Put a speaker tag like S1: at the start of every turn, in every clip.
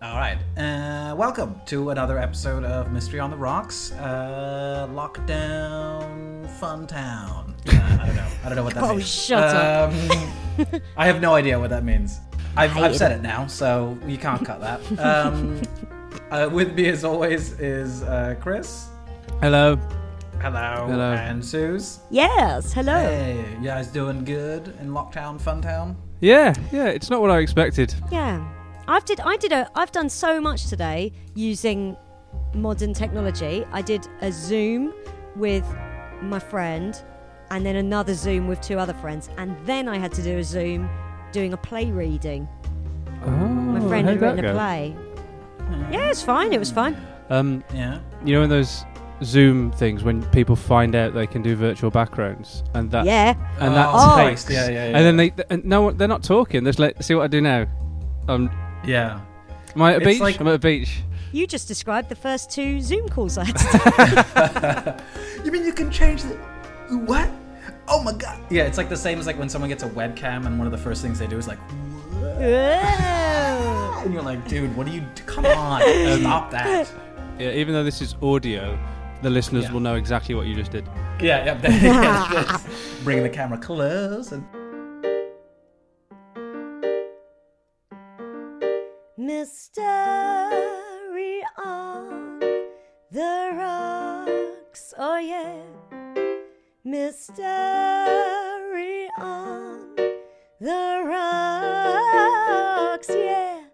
S1: All right. Uh, welcome to another episode of Mystery on the Rocks. Uh, lockdown Fun Town. Uh, I don't know. I don't know what that
S2: Oh,
S1: means.
S2: shut up.
S1: Um, I have no idea what that means. I've, I've said it now, so you can't cut that. Um, uh, with me, as always, is uh, Chris.
S3: Hello.
S1: Hello.
S3: Hello.
S1: And Suze.
S2: Yes, hello.
S1: Hey, you guys doing good in Lockdown Fun Town?
S3: Yeah, yeah, it's not what I expected.
S2: Yeah. I've did I did a I've done so much today using modern technology. I did a Zoom with my friend and then another Zoom with two other friends and then I had to do a Zoom doing a play reading. My friend had written a play. Yeah, it's fine. It was fine.
S3: Um,
S1: Yeah.
S3: you know, in those Zoom things when people find out they can do virtual backgrounds and that,
S2: Yeah.
S3: and that
S1: Oh,
S3: takes,
S1: Christ, yeah, yeah, yeah.
S3: and then they, and no, one- they're not talking. They're just like, see what I do now. I'm,
S1: Yeah.
S3: am I at a
S1: It's
S3: beach?
S1: like-
S3: I'm at a beach.
S2: You just described the first two Zoom calls I had. to do.
S1: You mean you can change the what? Oh my god! Yeah, it's like the same as like when someone gets a webcam and one of the first things they do is like,
S2: Whoa.
S1: and you're like, dude, what are you? Come on, stop that!
S3: Yeah, even though this is audio, the listeners
S1: Yeah.
S3: will know exactly what you just did.
S1: Yeah, yeah. That, yes, yes. Bringing the camera close. And...
S2: Mystery on the rocks, oh yeah. Mystery on the rocks, yeah.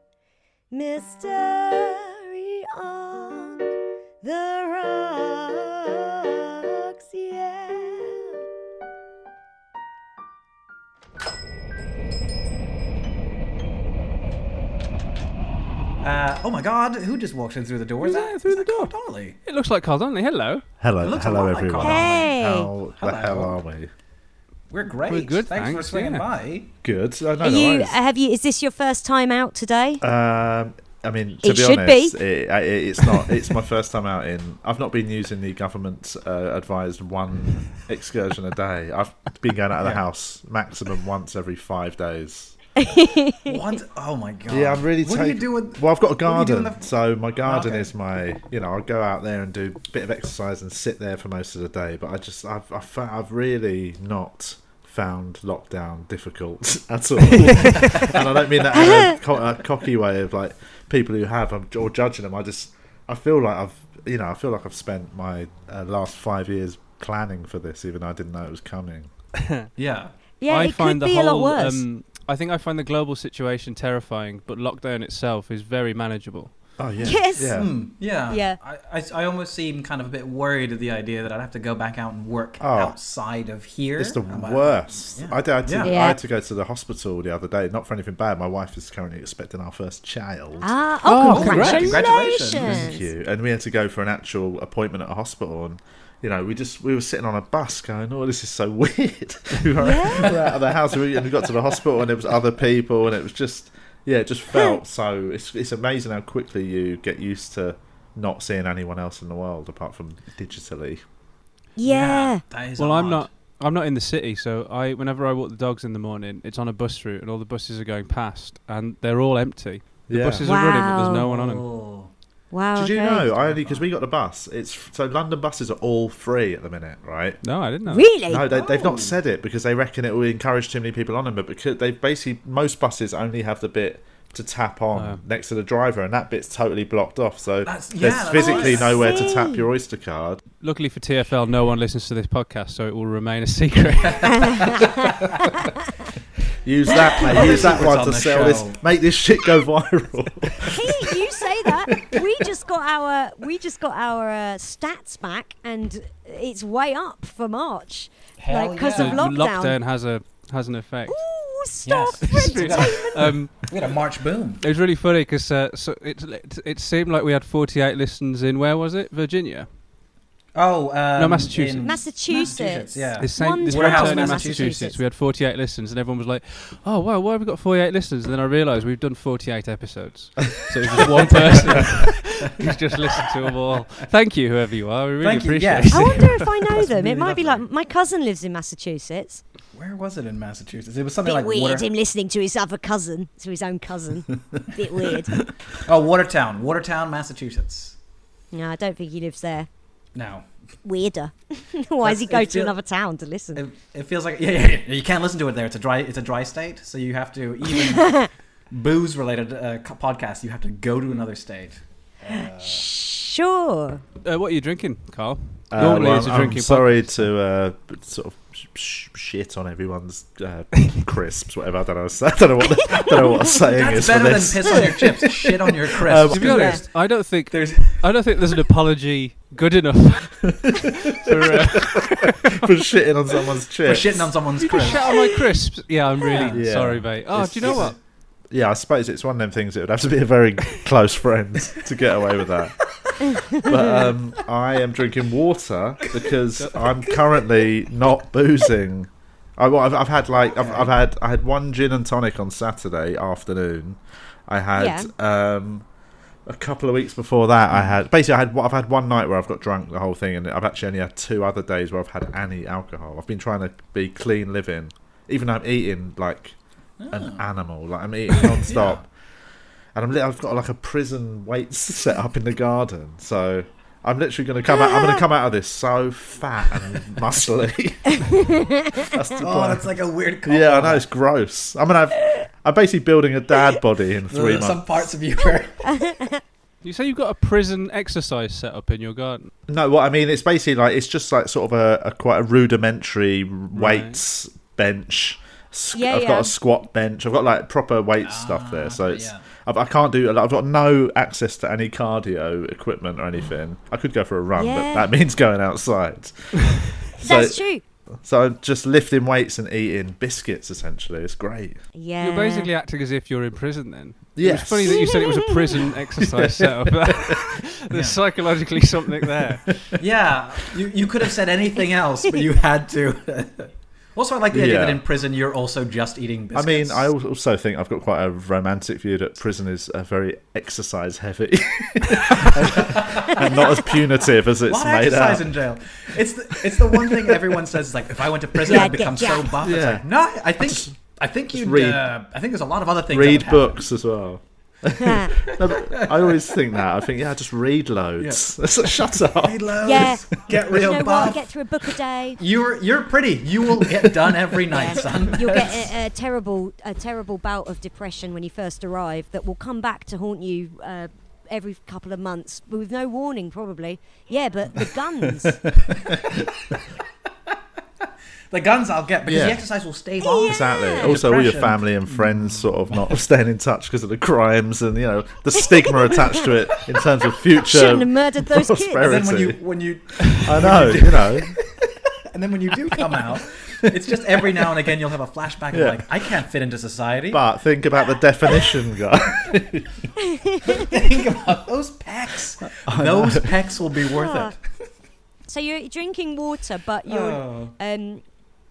S2: Mystery on the rocks, yeah.
S1: Uh, oh my god! Who just walked in through the door? Is
S3: Yeah,
S1: that
S3: through
S1: is
S3: the
S1: that
S3: door.
S1: Carl Donnelly?
S3: It looks like Carl Donnelly. Hello.
S1: It
S4: Hello,
S1: looks a
S4: Uh, hello
S1: lot like
S4: everyone.
S1: Connor.
S2: Hey.
S3: Oh,
S4: How the
S1: Hello.
S4: hell are we?
S1: We're great.
S3: We're good,
S1: Thanks, for
S3: thanks,
S1: swinging
S3: yeah.
S1: by.
S4: Good. I know
S2: Are
S4: no
S2: you?
S4: worries.
S2: Have you? Is this your first time out today?
S3: Uh,
S4: um, I mean, to
S2: It
S4: be
S2: should
S4: honest,
S2: be.
S4: It, I- it, it's not. It's my first time out in. I've not been using the government's uh, advised one excursion a day. I've been going out of the house maximum once every five days.
S1: What? Oh my god!
S4: Yeah, I'm really.
S1: What
S4: take-
S1: are you doing?
S4: Well, I've got a
S1: what do you do
S4: garden,
S1: in the-
S4: so my garden
S1: Okay.
S4: is my. You know, I go out there and do a bit of exercise and sit there for most of the day. But I just, I've, I've, fou- I've really not found lockdown difficult at all, and I don't mean that in a, co- a cocky way of like people who have I'm, or judging them. I just, I feel like I've, you know, I feel like I've spent my uh, last five years planning for this, even though I didn't know it was coming.
S1: Yeah.
S2: yeah,
S3: I
S2: it
S3: find
S2: could
S3: the
S2: be
S3: whole.
S2: a lot worse.
S3: Um, I think I find the global situation terrifying, but lockdown itself is very manageable.
S4: Oh yeah,
S2: Yes.
S4: yeah.
S1: Hmm, yeah.
S2: Yeah.
S1: I, I, I almost seem kind of a bit worried at the idea that I'd have to go back out and work
S4: Oh.
S1: outside of here.
S4: It's the
S1: Am I-
S4: worst.
S1: Yeah.
S4: I, did, I, had to,
S1: Yeah.
S4: I had to go to the hospital the other day, not for anything bad. My wife is currently expecting our first child.
S2: ah, oh,
S3: Oh,
S1: congrats.
S2: congratulations!
S4: Thank you. And we had to go for an actual appointment at a hospital. And, you know, we just, we were sitting on a bus going, oh, this is so weird. we were we're out of the house and we, and we got to the hospital and there was other people and it was just, yeah, it just felt so, it's, it's amazing how quickly you get used to not seeing anyone else in the world apart from digitally.
S2: Yeah.
S1: That is
S3: Well, I'm
S1: odd.
S3: not. I'm not in the city, so I. Whenever I walk the dogs in the morning, it's on a bus route, and all the buses are going past, and they're all empty. The
S4: Yeah.
S3: buses are running, but there's no one on them.
S1: Oh.
S2: Wow.
S4: Did you
S2: okay.
S4: know? I only because we got the bus. It's so London buses are all free at the minute, right?
S3: No, I didn't know. that.
S2: Really?
S4: No, they, they've not said it because they reckon it will encourage too many people on them. But because they basically most buses only have the bit to tap on next to the driver, and that bit's totally blocked off. So
S1: Oh. That's- yeah,
S4: there's
S1: that's
S4: physically
S1: nice.
S4: nowhere
S2: I
S4: to tap
S2: see.
S4: your Oyster card.
S3: Luckily for TFL, no one listens to this podcast, so it will remain a secret.
S4: Use that, mate. Use that
S1: Secrets
S4: one
S1: on
S4: to
S1: the
S4: sell
S1: show.
S4: this. Make this shit go viral.
S2: Hey, you say that. We just got our we just got our uh, stats back, and it's way up for March,
S1: Hell
S2: like because
S1: yeah.
S2: of
S3: The
S2: lockdown.
S3: has a has an effect.
S2: Ooh, stop.
S1: Yes. we, got a,
S3: Um,
S1: we got a March boom.
S3: it was really funny because uh, so it, it it seemed like we had 48 listens in where was it? Virginia.
S1: Oh, um,
S3: No, Massachusetts.
S1: in-
S2: Massachusetts.
S1: Massachusetts, yeah.
S3: This same
S1: Wonderful.
S3: this one turn in
S1: Warehouse,
S3: Massachusetts.
S2: Massachusetts.
S3: we had 48 listens, and everyone was like, "Oh wow, why have we got 48 listens?" And then I realised we've done 48 episodes, so it was just one person who's just listened to them all. Thank you, whoever you are. We really
S1: Thank you,
S3: appreciate
S1: yes.
S3: it.
S2: I wonder if I know
S1: That's
S2: them.
S1: really
S2: it might be
S1: lovely.
S2: like my cousin lives in Massachusetts.
S1: Where was it in Massachusetts? It was something
S2: Bit
S1: like
S2: weird
S1: Water.
S2: him listening to his other cousin, to his own cousin. Bit weird.
S1: Oh, Watertown, Watertown, Massachusetts.
S2: No, I don't think he lives there.
S1: No,
S2: Weirder. Why does he
S1: That's-
S2: go
S1: it
S2: to
S1: feel-
S2: another town to listen?
S1: it, it feels like yeah, yeah, yeah, you can't listen to it there. It's a dry, it's a dry state, so you have to even booze-related uh, co- podcast. You have to go to another state.
S2: Sure.
S3: Uh, what are you drinking, Carl?
S4: Uh,
S3: Normally,
S4: well,
S3: it's a
S4: I'm
S3: drinking.
S4: sorry to uh, b- sort of sh- sh- shit on everyone's uh, crisps, whatever. I don't know. I don't know what, I don't know what I'm saying
S1: That's
S4: is for
S1: better than
S4: this.
S1: piss on your chips. Shit on your
S3: podcast.
S1: crisps.
S3: To be honest, I don't think
S1: There's
S3: I don't think there's an apology good enough for uh,
S4: for shitting on someone's
S1: for
S4: chips.
S1: shitting on someone's
S3: just
S1: crisps.
S3: shout on my crisps. Yeah, I'm really
S4: Yeah.
S3: sorry, mate. Oh,
S4: It's-
S3: do you know what?
S4: Yeah, I suppose it's one of them things. It would have to be a very close friend to get away with that. But um, I am drinking water because I'm currently not boozing. I, well, I've, I've had like I've, I've had I had one gin and tonic on Saturday afternoon. I had um, a couple of weeks before that. I had basically I had I've had one night where I've got drunk the whole thing, and I've actually only had two other days where I've had any alcohol. I've been trying to be clean living, even though I'm eating like
S1: Oh.
S4: an animal. Like I'm eating non-stop. And I'm li- I've got like a prison weights set up in the garden, so I'm literally going to come out. I'm going to come out of this so fat and muscly. that's the
S1: Oh,
S4: plan.
S1: that's like a weird.
S4: yeah, I
S1: compliment.
S4: know it's gross. I'm gonna have. I'm basically building a dad body in three
S1: There are
S4: months.
S1: Some parts of you were.
S3: You say you've got a prison exercise set up in your garden.
S4: No, what I mean, it's basically like it's just like sort of a, a quite a rudimentary weights bench. Sc-
S2: Yeah,
S4: I've
S2: yeah. Ah,
S4: got a squat bench. I've got like proper weight stuff there, so it's I've, I can't do. I've got no access to any cardio equipment or anything. I could go for a run,
S2: Yeah.
S4: but that means going outside. so,
S2: That's true.
S4: so I'm just lifting weights and eating biscuits. Essentially, it's great.
S2: Yeah.
S3: You're basically acting as if you're in prison then.
S4: Yes.
S3: It's funny that you said it was a prison exercise setup. There's psychologically something there.
S1: Yeah, you, you could have said anything else, but you had to. also, I like the idea
S4: Yeah.
S1: that in prison you're also just eating
S4: I mean,
S1: biscuits.
S4: I al- also think I've got quite a romantic view that prison is uh, very exercise heavy and not as punitive as it's
S1: lot of
S4: made
S1: exercise
S4: out.
S1: in jail. It's the, it's the one thing everyone says is like, if I went to prison,
S2: Yeah,
S1: I'd become
S2: yeah,
S1: so
S2: yeah.
S1: buff. It's
S4: Yeah.
S1: like, no, I think I think you
S4: read.
S1: read. Uh, I think there's a lot of other things. that
S4: read
S1: would happen.
S4: books as well. No, but I always think that. I think, yeah, just read loads. Shut up.
S1: Read loads.
S2: Yeah.
S1: Get
S2: you
S1: real
S2: know what?
S1: buff.
S2: Get through a book a day.
S1: You're you're pretty. You will get done every night, son.
S2: You'll get a, a terrible, a terrible bout of depression when you first arrive that will come back to haunt you uh, every couple of months, but with no warning, probably. Yeah, but the guns.
S1: The guns I'll get because
S4: Yeah.
S1: the exercise will stave off.
S4: Exactly. Also, all your
S1: Depression. Mm.
S4: family and friends sort of not staying in touch because of the crimes and you know the stigma attached to it in terms of
S2: Shouldn't have
S4: future.
S2: murdered those
S4: Prosperity.
S2: kids.
S1: And then when you when you
S4: I know, you know.
S1: and then when you do come out, it's just every now and again you'll have a flashback of
S4: Yeah.
S1: like I can't fit into society.
S4: But think about the definition, guy.
S1: Think about those pecs. Those pecs will be worth
S2: Ah.
S1: it.
S2: So you're drinking water, but you're
S1: Oh.
S2: um,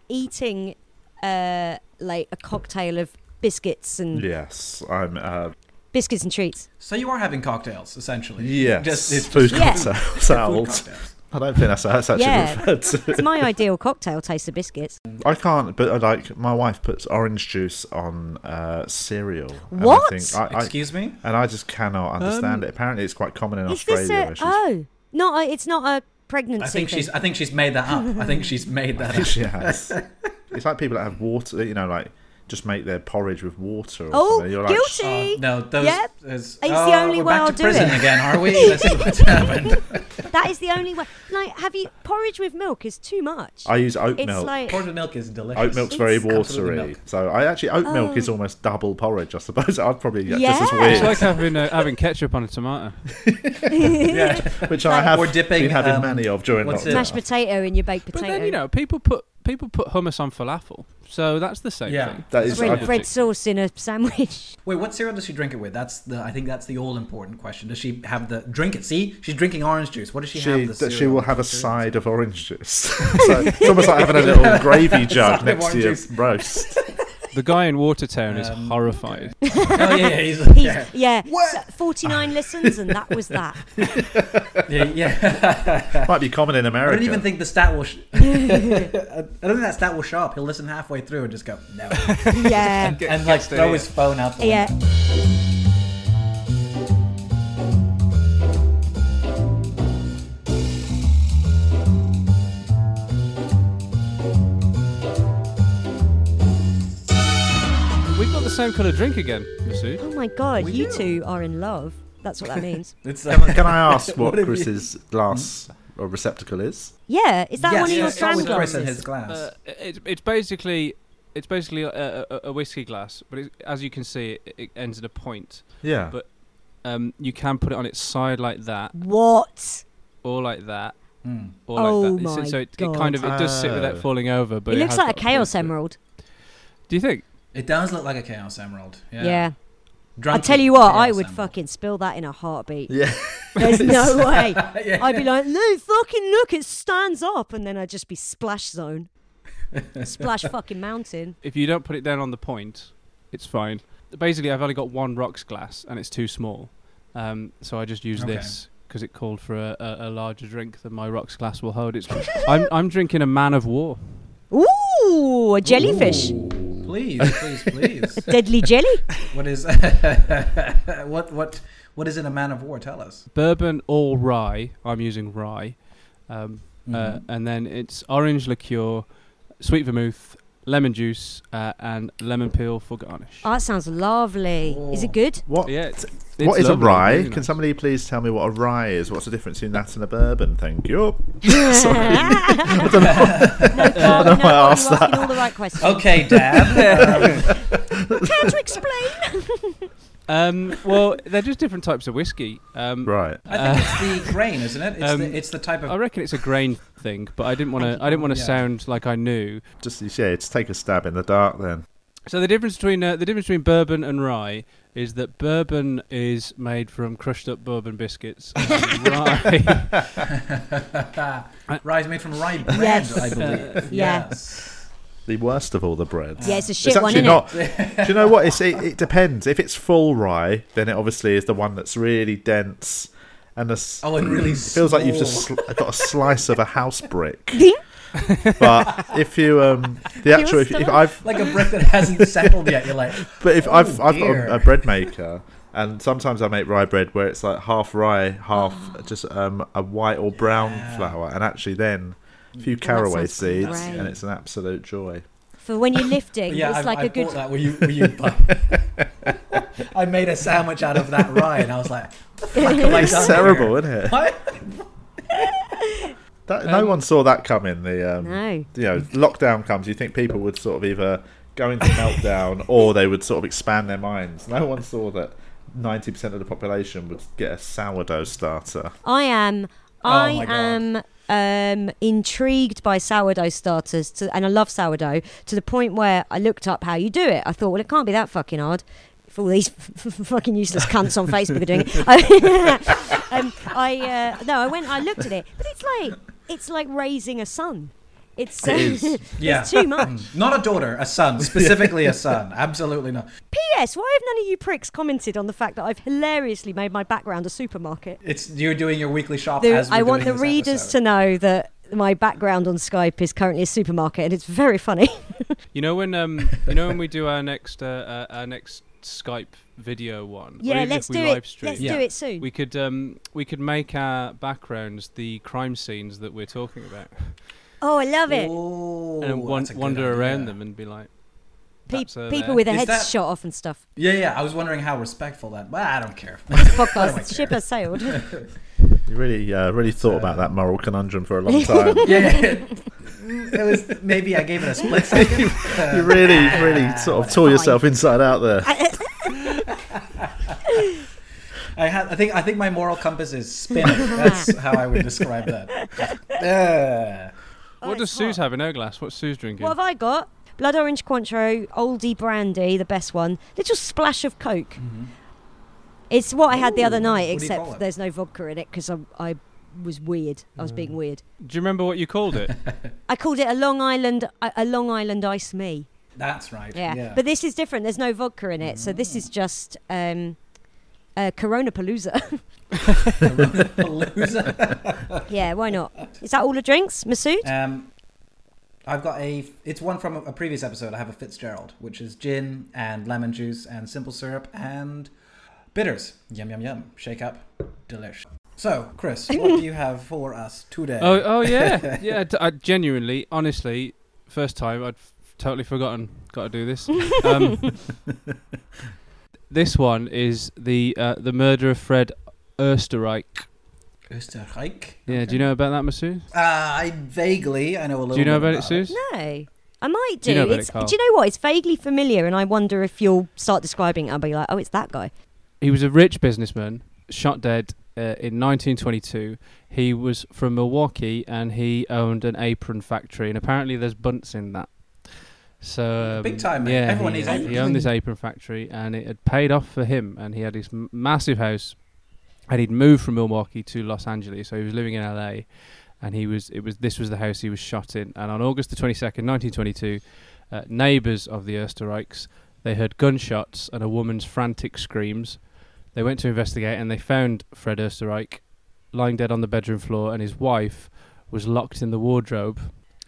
S2: eating uh, like a cocktail of biscuits and
S4: yes, I'm. Uh,
S2: biscuits and treats.
S1: So you are having cocktails essentially.
S4: yes,
S1: Just it's
S4: food
S2: Yeah.
S4: cocktails out.
S1: cocktails.
S4: I don't think that's, that's actually
S2: Yeah.
S4: referred to.
S2: It's my ideal cocktail taste of biscuits.
S4: I can't, but uh, like my wife puts orange juice on uh, cereal. and
S2: What? Um,
S4: I think, I, I-
S1: Excuse me.
S4: and I just cannot understand it. Apparently, it's quite common in
S2: Is
S4: Australia.
S2: this
S4: where
S2: a
S4: she's-
S2: oh? Not a, it's not a pregnancy.
S1: I think
S2: thing.
S1: she's. I think she's made that up. I think she's made that up.
S4: she has. it's like people that have water, you know, like just make their porridge with water. Or
S2: Oh,
S4: something. You're like,
S2: guilty!
S1: Oh, no, those.
S2: Yep.
S1: those-
S2: It's the
S1: oh,
S2: only
S1: we're
S2: way
S1: back
S2: I'll
S1: to
S2: do
S1: prison
S2: it.
S1: again, are we? Let's see what's happened.
S2: That is the only way. Like, have you porridge with milk is too much.
S4: I use oat
S2: it's
S4: milk.
S2: like
S1: Corn with milk is delicious.
S4: Oat milk's very
S2: It's-
S4: watery,
S1: Absolutely milk.
S4: so I actually oat milk is almost double porridge. I suppose I'd probably get just
S2: Oh. Yeah.
S4: as
S3: It's like
S4: weird,
S3: having uh, having ketchup on a tomato.
S1: Yeah.
S4: which I have
S1: Or dipping,
S4: been having
S1: um,
S4: many of during
S1: what's
S2: um,
S4: lockdown.
S1: it?
S2: mashed potato in your baked
S3: But
S2: potato.
S3: then you know, people put people put hummus on falafel, so that's the same
S1: Yeah.
S3: thing.
S4: That
S3: It's
S4: is-
S3: not
S4: I-
S2: Red,
S3: magic.
S2: red sauce in a sandwich.
S1: Wait, what cereal does she drink it with? That's the I think that's the all important question. Does she have the drink it? See, she's drinking orange juice. What does she,
S4: She,
S1: have?
S4: that
S1: The
S4: she
S1: cereal?
S4: will have a side of orange juice. so it's almost like having a little gravy jug
S1: of
S4: next to
S1: orange
S4: your
S1: juice.
S4: roast.
S3: The guy in Watertown is horrified.
S1: Oh yeah, yeah, he's,
S2: He's,
S1: yeah,
S2: yeah,
S1: What?
S2: so 49 listens, and that was that.
S1: yeah, yeah.
S4: Might be common in
S1: I
S4: America.
S1: don't even think the stat will. Sh- I don't think that stat will show up. He'll listen halfway through and just go no,
S2: Yeah,
S1: and like throw his phone out. The
S2: yeah.
S3: We've got the same colour drink again. You see?
S2: Oh my god, you
S1: do.
S2: two are in love. That's what that means.
S1: window. It's um,
S4: Can
S1: like,
S4: I, can I ask what, Mm.
S1: What have you-
S4: Chris's glass or receptacle is?
S2: yeah, is that
S1: yes,
S2: one of
S1: yeah,
S2: your
S1: it's always
S2: strand
S1: Chris in
S2: glasses?
S1: his glass.
S3: Uh, it's it's basically it's basically a, a, a whiskey glass, but it, as you can see, it, it ends in a point.
S4: Yeah.
S3: But- Um, you can put it on its side like that,
S2: What?
S3: or like that,
S1: Hmm.
S3: or
S2: Oh
S3: like that.
S2: my
S3: It's- so it, it kind of it does sit without
S4: Oh.
S3: falling over, but
S2: it
S3: it,
S2: looks
S3: has
S2: like
S3: got
S2: a
S3: point
S2: chaos
S3: to it.
S2: emerald.
S3: Do you think?
S1: It does look like a chaos emerald. Yeah.
S2: Yeah. I tell you what, I would
S1: fucking.
S2: fucking spill that in a heartbeat.
S4: Yeah.
S2: There's no way.
S1: Yeah.
S2: I'd be like, no, fucking look, it stands up, and then I'd just be splash zone, splash fucking mountain.
S3: If you don't put it down on the point, it's fine. Basically, I've only got one rocks glass, and it's too small, um, so I just use
S1: Okay.
S3: this because it called for a, a, a larger drink than my rocks glass will hold. It's I'm I'm drinking a man of war.
S2: Ooh, a jellyfish,
S1: Please, please, please.
S2: deadly jelly.
S1: what is what what what is in a man of war? Tell us.
S3: bourbon or rye. I'm using rye, um, uh, and then it's orange liqueur, sweet vermouth, lemon juice, uh, and lemon peel for garnish.
S2: Oh, that sounds lovely. Is it good?
S4: What?
S3: yeah, it's,
S4: What
S3: it's
S4: is a
S3: lovely,
S4: rye?
S3: really
S4: Can
S3: nice.
S4: somebody please tell me what a rye is? What's the difference between that and a bourbon? Thank you.
S2: no, Carl, no,
S4: I
S2: you're
S4: asked
S2: asking all the right questions.
S1: Okay, Dad.
S2: Care to explain?
S3: Um, well, they're just different types of whiskey. Um,
S4: Right.
S1: I think it's the grain, isn't it? It's,
S3: Um,
S1: the, it's the type of.
S3: I reckon it's a grain thing, but I didn't want to. I didn't want to
S1: Yeah.
S3: sound like I knew.
S4: Just yeah, it's take a stab in the dark then.
S3: So the difference between uh, the difference between bourbon and rye is that bourbon is made from crushed up bourbon biscuits. and rye
S1: rye is made from rye bread,
S2: Yes.
S1: I believe.
S2: Yeah.
S1: Yes.
S4: The worst of all the breads.
S2: Yeah, it's a shit
S4: It's
S2: one,
S4: actually
S2: isn't
S4: not. Do you know what? It's, it, it depends. If it's full rye, then it obviously is the one that's really dense, and the s-
S1: Oh, and really
S4: it feels like you've just
S1: small.
S4: sl- got a slice of a house brick.
S2: it?
S4: But if you um, the actual if, if
S2: stuff.
S4: I've
S1: Like a brick that hasn't settled yet. You're like,
S4: But if I've I've got
S1: Oh, dear.
S4: a- a bread maker, and sometimes I make rye bread where it's like half rye,
S1: Ah.
S4: half just um, a white or brown flour, and actually then a few caraway
S2: sounds
S4: seeds,
S2: great.
S4: and it's an absolute joy.
S2: For when you're lifting,
S1: yeah,
S2: it's
S1: I,
S2: like
S1: I
S2: a good.
S1: bought that. Were you? Were you I made a sandwich out of that rye, and I was like, what the fuck have I
S4: It's
S1: done
S4: terrible, isn't it?
S1: What?
S4: That, no one saw that coming. The um,
S2: No.
S4: you know lockdown comes. You think people would sort of either go into meltdown or they would sort of expand their minds. No one saw that. Ninety percent of the population would get a sourdough starter.
S2: I am.
S1: Oh my
S2: I
S1: God.
S2: am um, intrigued by sourdough starters, to, and I love sourdough to the point where I looked up how you do it. I thought, well, it can't be that fucking hard. If all these fucking useless cunts on Facebook are doing it, um, I uh, no, I went, I looked at it, but it's like it's like raising a son. It's
S4: It is.
S2: it's
S1: Yeah. Mm.
S2: too much.
S1: Not a daughter, a son, specifically a son. Absolutely not.
S2: P.S. Why have none of you pricks commented on the fact that I've hilariously made my background a supermarket?
S1: It's you're doing your weekly shop.
S2: the-
S1: as we're
S2: I want the
S1: doing this
S2: readers
S1: episode.
S2: to know that my background on Skype is currently a supermarket, and it's very funny.
S3: You know when um, you know when we do our next uh, uh, our next Skype video one. or
S2: yeah,
S3: even
S2: let's
S3: if
S2: do
S3: we
S2: it.
S3: live stream,
S2: Let's
S1: Yeah.
S2: do it soon.
S3: We could um, we could make our backgrounds the crime scenes that we're talking about,
S2: oh, I love it.
S1: Ooh,
S3: and wan-
S1: that's a good
S3: wander
S1: idea.
S3: around them and be like,
S2: Pe-
S3: that's, uh,
S2: people
S3: there.
S2: with their
S1: Is
S2: heads
S1: that-
S2: shot off and stuff.
S1: Yeah, yeah. I was wondering how respectful that. Well, I don't care.
S2: Podcast ship has sailed.
S4: You really uh, really thought about that moral conundrum for a long time.
S1: yeah, yeah. It was maybe I gave it a split second. Uh,
S4: you really, really sort of tore yourself inside out there.
S1: I had. I think. I think my moral compass is spinning. That's how I would describe that. Ah.
S3: what does
S2: Oh, it's
S3: Sue's
S2: hot.
S3: have in her glass? What's Sue's drinking?
S2: What have I got? Blood orange Cointreau, oldie brandy, the best one. Little splash of Coke. It's what I had the other
S1: Mm-hmm. Ooh,
S2: night,
S1: what do you call
S2: except
S1: it?
S2: there's no vodka in it because I, I was weird. I was
S1: Mm.
S2: being weird.
S3: Do you remember what you called it?
S2: I called it a Long Island, a, a Long Island Ice Me.
S1: That's right.
S2: Yeah.
S1: Yeah.
S2: but this is different. There's no vodka in it, so this
S3: Mm.
S2: is just um, uh, Corona Palooza. yeah, why not? Is that all the drinks, Masood?
S1: um, I've got a. It's one from a, a previous episode. I have a Fitzgerald, which is gin and lemon juice and simple syrup and bitters. Yum yum yum. Shake up. Delish. So, Chris, what do you have for us today?
S3: oh, oh yeah, yeah. T- I genuinely, honestly, first time I'd f- totally forgotten. Got to do this. Um, this one is the uh, the murder of Fred Oesterreich.
S1: Österreich.
S3: Yeah, do you know about that, Masood?
S1: Uh, I vaguely, I know a little.
S3: Do you know
S1: bit
S3: about it, Suze?
S2: No. I might do.
S3: You know about
S2: it's,
S3: it, Carl.
S2: do you know what? It's vaguely familiar, and I wonder if you'll start describing it. I'll be like, oh, it's that guy.
S3: He was a rich businessman, shot dead uh, in 1922. He was from Milwaukee and he owned an apron factory, and apparently there's bunts in that. So um,
S1: Big time, mate.
S3: Yeah,
S1: Everyone
S3: he,
S1: needs
S3: he owned this apron factory, and it had paid off for him. And he had this m- massive house, and he'd moved from Milwaukee to Los Angeles, so he was living in LA. And he was it was this was the house he was shot in. And on August the 22nd, 1922, uh, neighbors of the Oesterreichs they heard gunshots and a woman's frantic screams. They went to investigate and they found Fred Oesterreich lying dead on the bedroom floor, and his wife was locked in the wardrobe.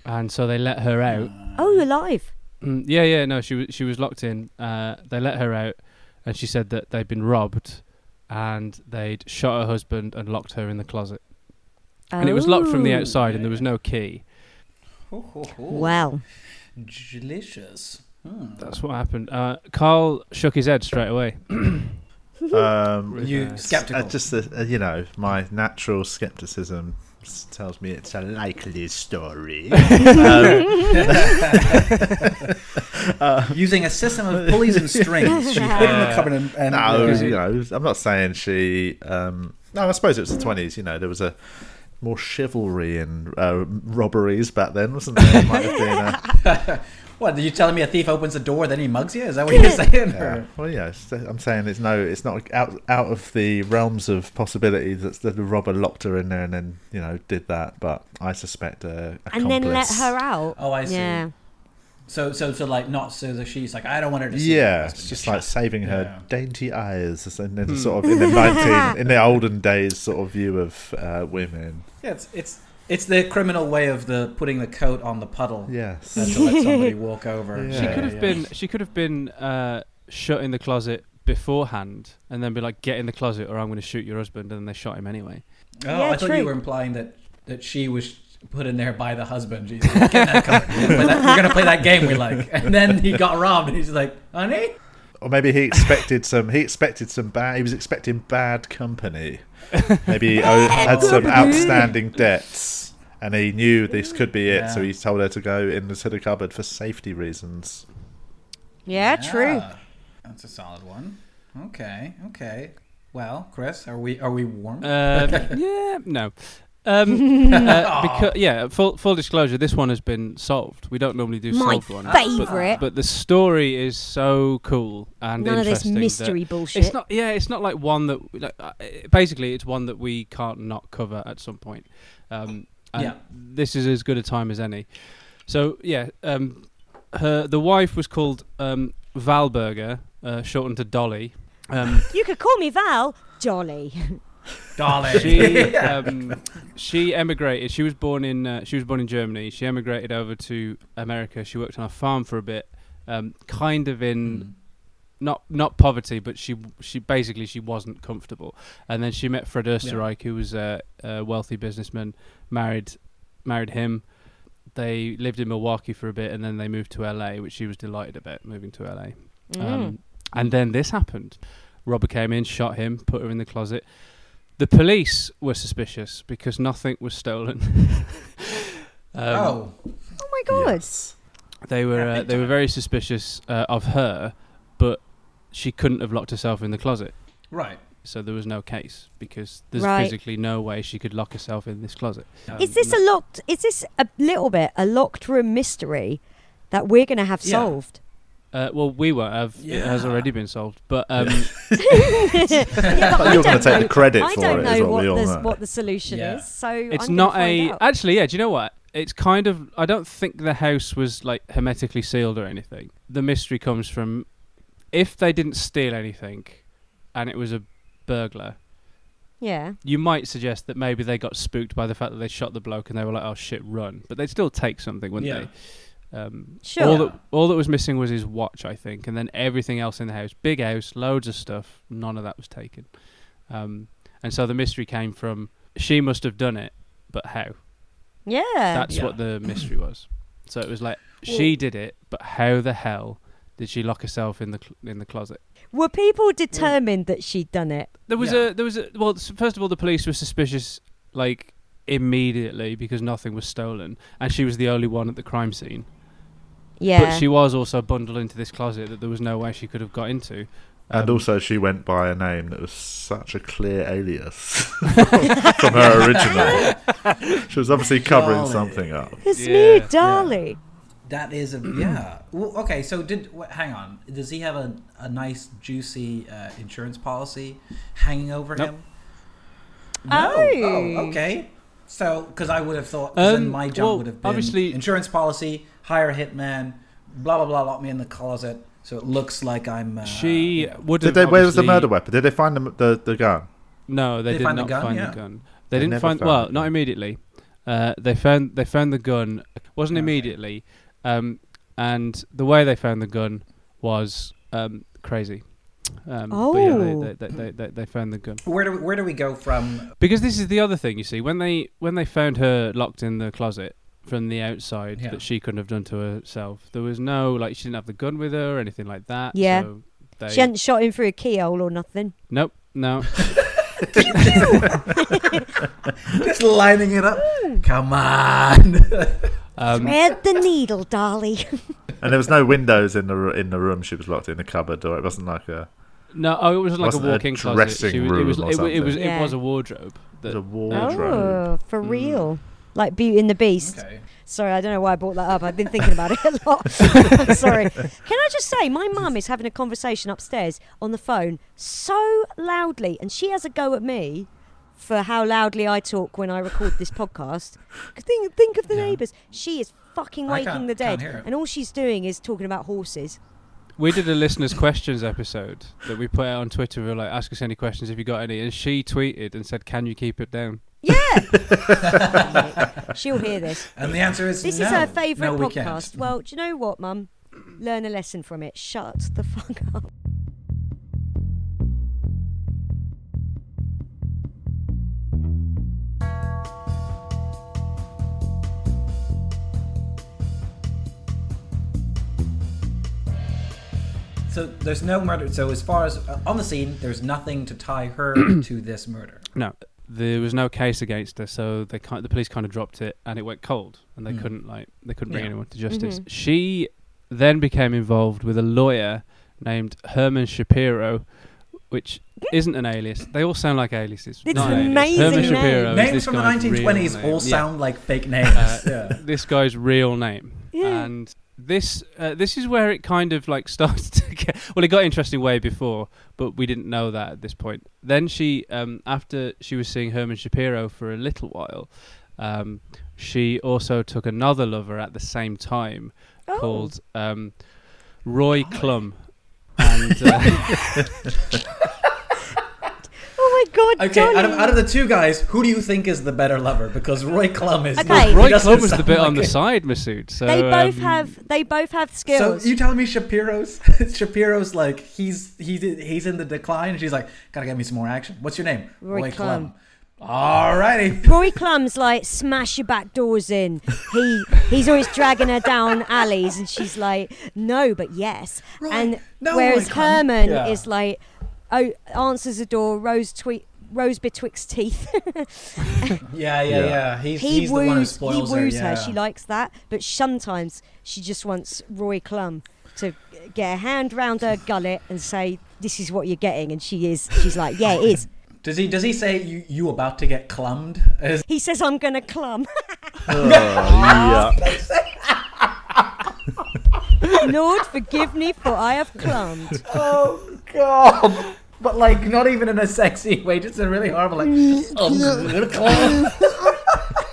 S3: And so they let her out.
S2: Oh, you're alive.
S3: Mm, yeah, yeah, no, she was she was locked in. Uh, they let her out, and she said that they'd been robbed, and they'd shot her husband and locked her in the closet. And it was locked from the
S2: Oh.
S3: outside, and there was no key.
S1: Ho, ho, ho.
S2: Well,
S1: Delicious. Hmm.
S3: That's what happened. Uh, Carl shook his head straight away.
S4: Um,
S1: You
S3: Uh,
S1: skeptical?
S4: uh, just the, uh, you know, my natural skepticism s- tells me it's a likely story. um,
S1: Using a system of pulleys and strings, she put in the cupboard and, and
S4: no,
S1: Is
S4: you
S1: it-
S4: know, I'm not saying she. Um, no, I suppose it was the 20s. You know, there was a more chivalry in uh, robberies back then, wasn't there? It might have been. A,
S1: What are you telling me? A thief opens the door, then he mugs you? Is that what you're saying?
S4: Yeah.
S1: Or-
S4: Well, yeah, it's- I'm saying it's no, it's not out out of the realms of possibility that the robber locked her in there and then you know did that. But I suspect a accomplice.
S2: and then let her out.
S1: Oh, I see.
S2: Yeah.
S1: So, so, so, like, not so that she's like, I don't want her to. see my
S4: Yeah,
S1: husband
S4: it's just
S1: get
S4: like
S1: shot.
S4: saving her
S1: Yeah.
S4: dainty eyes, and
S2: Hmm.
S4: then sort of in the nineteen, in the olden days, sort of view of uh, women.
S1: Yeah, it's it's it's the criminal way of the putting the coat on the puddle.
S4: Yes,
S1: And to let somebody walk over.
S4: She
S3: She
S4: Yeah,
S3: could have
S1: yeah.
S3: been she could have been uh, shut in the closet beforehand, and then be like, "Get in the closet, or I'm going to shoot your husband," and they shot him anyway.
S1: Oh,
S2: Yeah,
S1: I thought
S2: true.
S1: you were implying that that she was put in there by the husband. Jesus, get in that cupboard. Play that- we're gonna play that game we like, and then he got robbed, and he's like, honey.
S4: or maybe he expected some. He expected some bad. He was expecting bad company. Maybe he owed- had some outstanding debts, and he knew this could be it. So
S1: Yeah.
S4: he told her to go in the city cupboard for safety reasons.
S2: Yeah, true.
S1: Ah, that's a solid one. Okay, okay. Well, Chris, are we are we warm?
S2: Oh.
S3: Um, yeah, no. Um, uh, because, yeah, full, full disclosure, this one has been solved. We don't normally do
S2: My
S3: solved ones.
S2: favourite.
S3: But the story is so cool and
S2: None of this
S3: interesting that-
S2: mystery bullshit.
S3: It's not, yeah, it's not like one that like, uh, basically it's one that we can't not cover at some point. Um, and
S1: Yeah.
S3: this is as good a time as any. So yeah, um, her the wife was called um, Valberger, uh, shortened to Dolly. Um,
S2: You could call me Val. Jolly.
S1: Darling.
S3: she um, she emigrated. She was born in uh, she was born in Germany. She emigrated over to America. She worked on a farm for a bit, um, kind of
S1: Hmm.
S3: in not not poverty, but she she basically she wasn't comfortable. And then she met Fred Oesterreich, who was a, a wealthy businessman, married married him. They lived in Milwaukee for a bit, and then they moved to LA, which she was delighted about moving to LA.
S2: Mm.
S3: Um, and then this happened. Robber came in, shot him, put her in the closet. The police were suspicious because nothing was stolen. Um,
S1: oh,
S2: Oh my god.
S3: They were uh, they were very suspicious uh, of her, but she couldn't have locked herself in the closet.
S1: right.
S3: so there was no case because there's
S2: Right.
S3: physically no way she could lock herself in this closet.
S4: Um,
S3: Um,
S2: Is this a locked? Is this a little bit a locked room mystery that we're going to have
S1: Yeah.
S2: solved?
S3: Uh, well, we won't have. It has
S1: Yeah.
S3: already been solved. But um,
S2: yeah, but
S4: You're
S2: I
S4: gonna
S2: don't
S4: take the
S2: know-
S4: credit
S2: I
S4: for
S2: don't
S4: it,
S2: know
S4: is what we all
S2: the,
S4: know.
S2: what the solution
S1: Yeah.
S2: is. So
S3: it's
S2: I'm gonna
S3: not
S2: find
S3: a.
S2: out.
S3: Actually, yeah. Do you know what? It's kind of. I don't think the house was like hermetically sealed or anything. The mystery comes from if they didn't steal anything, and it was a burglar.
S2: yeah.
S3: You might suggest that maybe they got spooked by the fact that they shot the bloke and they were like, "Oh shit, run!" But they'd still take something, wouldn't
S1: Yeah.
S3: they? Um,
S2: Sure.
S3: All that, all that was missing was his watch, I think, and then everything else in the house. Big house, loads of stuff. None of that was taken. Um, and so the mystery came from she must have done it, but how?
S2: Uh, Yeah.
S3: That's what the mystery was. So it was like she did it, but how the hell did she lock herself in the cl- in the closet?
S2: Were people determined that she'd done it?
S3: There was
S1: Yeah.
S3: a there was a well. s- First of all, the police were suspicious like immediately because nothing was stolen, and she was the only one at the crime scene.
S2: Yeah.
S3: But she was also bundled into this closet that there was no way she could have got into. Um,
S4: And also, she went by a name that was such a clear alias from her original. She was obviously covering
S1: Surely.
S4: something up.
S2: it's me,
S3: Yeah.
S2: darling.
S1: That is a yeah. Well, okay, so did wh- hang on. Does he have a, a nice juicy uh, insurance policy hanging over
S3: Nope.
S1: him?
S2: Oh.
S1: Oh, okay. So, because I would have thought, 'cause then
S3: Um,
S1: my job
S3: well,
S1: would have been
S3: obviously-
S1: insurance policy, hire a hitman, blah blah blah, lock me in the closet so it looks like I'm. Uh,
S3: She would have.
S4: Did they, where was the
S3: obviously-
S4: murder weapon? Did they find the, the, the gun?
S3: No, they,
S1: They
S3: did
S1: find the
S3: not
S1: gun,
S3: find
S1: yeah.
S3: the gun. They,
S4: They
S3: didn't
S4: never
S3: find.
S4: found
S3: Well,
S4: the
S3: not
S4: gun.
S3: immediately. Uh, they found they found the gun. wasn't immediately, um, and the way they found the gun was um, crazy. Um, But yeah,
S2: Oh.
S3: they, they, they, they, they, they found the gun
S1: Where do we, where do we go from?
S3: because this is the other thing you see when they when they found her locked in the closet from the outside
S1: Yeah.
S3: that she couldn't have done to herself. There was no like she didn't have the gun with her or anything like that.
S2: Yeah.
S3: so they,
S2: She hadn't shot him through a keyhole or nothing.
S3: Nope. No.
S1: Just lining it up. Come on.
S3: Um,
S2: Thread the needle, darling.
S4: And there was no windows in the ru- in the room she was locked in, the cupboard, or it wasn't like a,
S3: No, oh, it was like a
S4: Wasn't a
S3: walk-in closet.
S4: dressing
S3: She was-
S4: room
S3: it was.
S4: or
S3: It, wa- it was.
S2: something.
S3: It was a wardrobe.
S4: it was
S3: That,
S4: a wardrobe.
S2: oh,
S3: Mm.
S2: for real. Like Beauty and the Beast.
S1: okay.
S2: Sorry, I don't know why I brought that up. I've been thinking about it a lot. I'm sorry. Can I just say, my mum is having a conversation upstairs on the phone so loudly, and she has a go at me for how loudly I talk when I record this podcast. 'Cause Think, think of the neighbours. She is fucking
S1: I
S2: waking
S1: can't-
S2: the
S1: can't
S2: dead,
S1: hear it.
S2: and all she's doing is talking about horses.
S3: we did a listeners' questions episode that we put out on Twitter. We were like, ask us any questions if you got any, and she tweeted and said, "Can you keep it down?"
S2: Yeah, she'll hear this.
S1: And the answer is
S2: This
S1: no.
S2: is her favourite
S1: no, we can't.
S2: podcast. Well, do you know what, mum? Learn a lesson from it. Shut the fuck up.
S1: So there's no murder. So as far as uh, on the scene, there's nothing to tie her to this murder.
S3: No, there was no case against her, so they kind the police kind of dropped it, and it went cold, and they
S1: Hmm.
S3: couldn't like they couldn't bring
S1: Yeah.
S3: anyone to justice. She then became involved with a lawyer named Herman Shapiro, which isn't an alias. They all sound like aliases.
S2: It's
S3: not
S2: an
S3: an alias.
S2: amazing
S3: Herman
S2: name.
S3: Shapiro is
S1: Names
S3: this
S1: from the 1920s
S3: guy's real
S1: all
S3: name. Yeah.
S1: sound like fake names.
S3: Uh,
S1: yeah.
S3: this guy's real name.
S2: Yeah.
S3: And this uh, this is where it kind of like started to get well it got interesting way before but we didn't know that at this point then she um, after she was seeing herman shapiro for a little while um, she also took another lover at the same time
S2: Oh.
S3: called um, roy clum and uh,
S2: Oh my god,
S1: Okay, out of,
S2: darling.
S1: out of the two guys, who do you think is the better lover? Because Roy Clum is.
S2: Okay.
S1: he
S3: roy
S1: doesn't
S3: clum was the
S1: sound
S3: bit on the
S1: like it.
S3: side masood so
S2: they both
S3: um,
S2: have they both have
S1: So
S2: skills.
S1: you telling me Shapiro's Shapiro's like he's he's he's in the decline. She's like, gotta get me some more action. What's your name?
S2: Roy Clum.
S1: Alrighty.
S2: Rory Clum's like smash your back doors in. He he's always dragging her down alleys, and she's like, no, but yes.
S1: Roy,
S2: and
S1: no,
S2: whereas
S1: Roy Clum.
S2: Herman
S1: Yeah.
S2: is like, oh, answers the door, rose tweet. Rose betwixt teeth.
S1: Yeah, yeah, yeah.
S4: Yeah.
S1: He's,
S2: he
S1: he's the one who
S2: woos, he
S1: spoils
S2: woos her.
S1: her. yeah.
S2: She likes that, but sometimes she just wants Roy Clum. to get a hand round her gullet and say, "This is what you're getting," and she is. She's like, "Yeah, it is."
S1: Does he does he say you you about to get clumbed? As-
S2: He says, "I'm gonna clum."
S4: Oh,
S5: yeah.
S2: Lord, forgive me, for I have clumbed.
S1: oh god. But like not even in a sexy way, just a really horrible like
S3: Mm,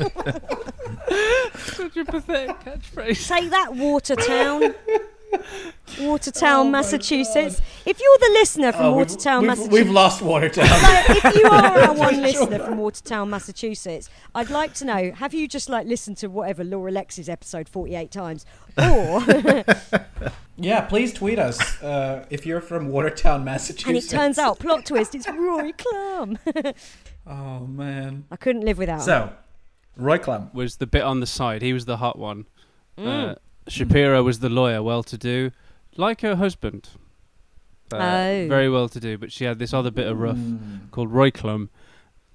S1: um,
S3: Such a pathetic catchphrase.
S2: Take that, Watertown.
S1: Oh
S2: Watertown, Massachusetts. If you're the listener from Watertown,
S1: we've,
S2: Massachusetts.
S1: We've lost Watertown.
S2: Like, if you are our one listener from Watertown, Massachusetts, I'd like to know: Have you just like listened to whatever Laura Lexi's episode forty-eight times, or
S1: yeah, please tweet us uh, if you're from Watertown, Massachusetts.
S2: and it turns out plot twist, it's Rory Clum.
S1: Oh man.
S2: I couldn't live without. him.
S1: So, Roy Clum.
S3: Was the bit on the side. He was the hot one.
S2: Mm.
S3: Uh, Shapiro was the lawyer, well to do, like her husband. Uh,
S2: Oh.
S3: Very well to do, but she had this other bit of
S4: Mm.
S3: rough called Roy Clum.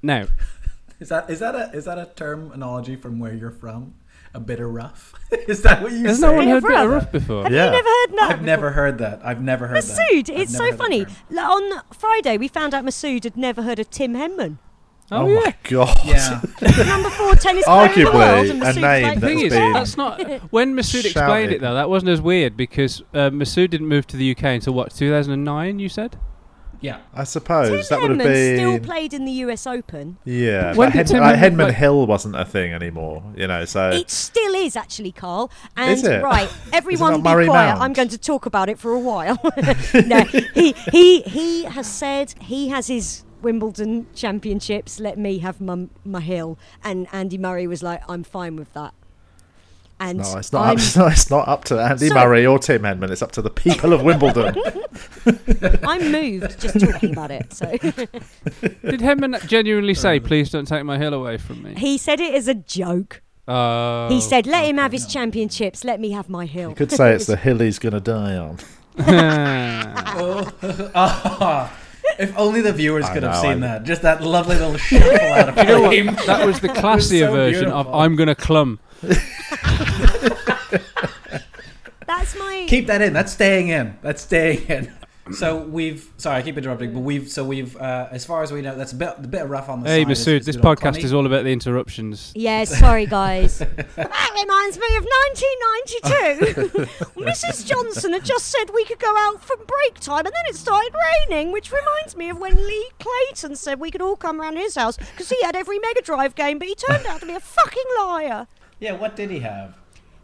S3: Now,
S1: Hmm. Is that is that a is that a terminology from where you're from? A bit of rough? is that what you
S3: has
S1: say?
S3: no one
S2: Bit
S3: heard
S2: of
S3: bit of
S2: rough.
S3: rough before?
S4: yeah.
S2: Never heard that.
S1: I've never heard that. I've never heard that.
S2: Masood,
S1: I've
S2: it's
S1: never
S2: so
S1: heard that
S2: funny.
S1: term.
S2: Like, on Friday, we found out Masood had never heard of Tim Henman.
S3: Oh,
S4: Oh
S3: yeah.
S4: my god.
S1: Yeah.
S2: Number four tennis player in the world,
S4: Arguably
S2: and
S4: a
S2: Masood's
S4: name
S2: like,
S4: that-
S3: thing is,
S4: That's been
S3: that's not when Masood explained
S4: shouted.
S3: it though. That wasn't as weird because uh, Masood didn't move to the UK until what 2009. You said
S1: Yeah.
S4: I
S2: Tim
S4: suppose that would have
S2: Henman still
S4: been.
S2: played in the US Open.
S4: yeah,
S3: When
S4: but
S3: did
S4: Hen-
S3: Tim
S4: like,
S3: Henman
S4: Henman
S3: play-
S4: Hill wasn't a thing anymore, you know. So
S2: It still is actually, Carl. And
S4: Is it?
S2: right, everyone
S4: not
S2: be
S4: Murray
S2: quiet.
S4: Mount?
S2: I'm going to talk about it for a while. no, he he he has said he has his Wimbledon championships. Let me have my, my hill. And Andy Murray was like, I'm fine with that. And
S4: no, it's not,
S2: I'm-
S4: up, it's not. It's not up to Andy
S2: So-
S4: Murray or Tim Henman. It's up to the people of Wimbledon.
S2: I'm moved just talking about it. So
S3: did Henman genuinely
S4: Um,
S3: say, "Please don't take my hill away from me"?
S2: he said it as a joke.
S3: Oh,
S2: He said, "Let him have his championships. Let me have my hill."
S4: you could say it's the hill he's going to die on.
S1: If only the viewers
S4: I
S1: could have
S4: know,
S1: seen
S4: I-
S1: that. Just that lovely little shuffle out of frame.
S3: that was the classier
S1: so
S3: version of
S1: beautiful.
S3: "I'm gonna clum."
S2: That's my
S1: Keep that in. That's staying in. That's staying in. So we've sorry, I keep interrupting, but we've so we've uh, as far as we know, that's a bit a bit rough on the
S3: Hey,
S1: side. is-
S3: Masood,
S1: is
S3: this
S1: good old
S3: podcast
S1: Connie.
S3: is all about the interruptions.
S2: Yeah, sorry guys. that reminds me of 1992. Mrs. Johnson had just said we could go out for break time, and then it started raining, which reminds me of when Lee Clayton said we could all come round his house because he had every Mega Drive game, but he turned out to be a fucking liar.
S1: Yeah, what did he have?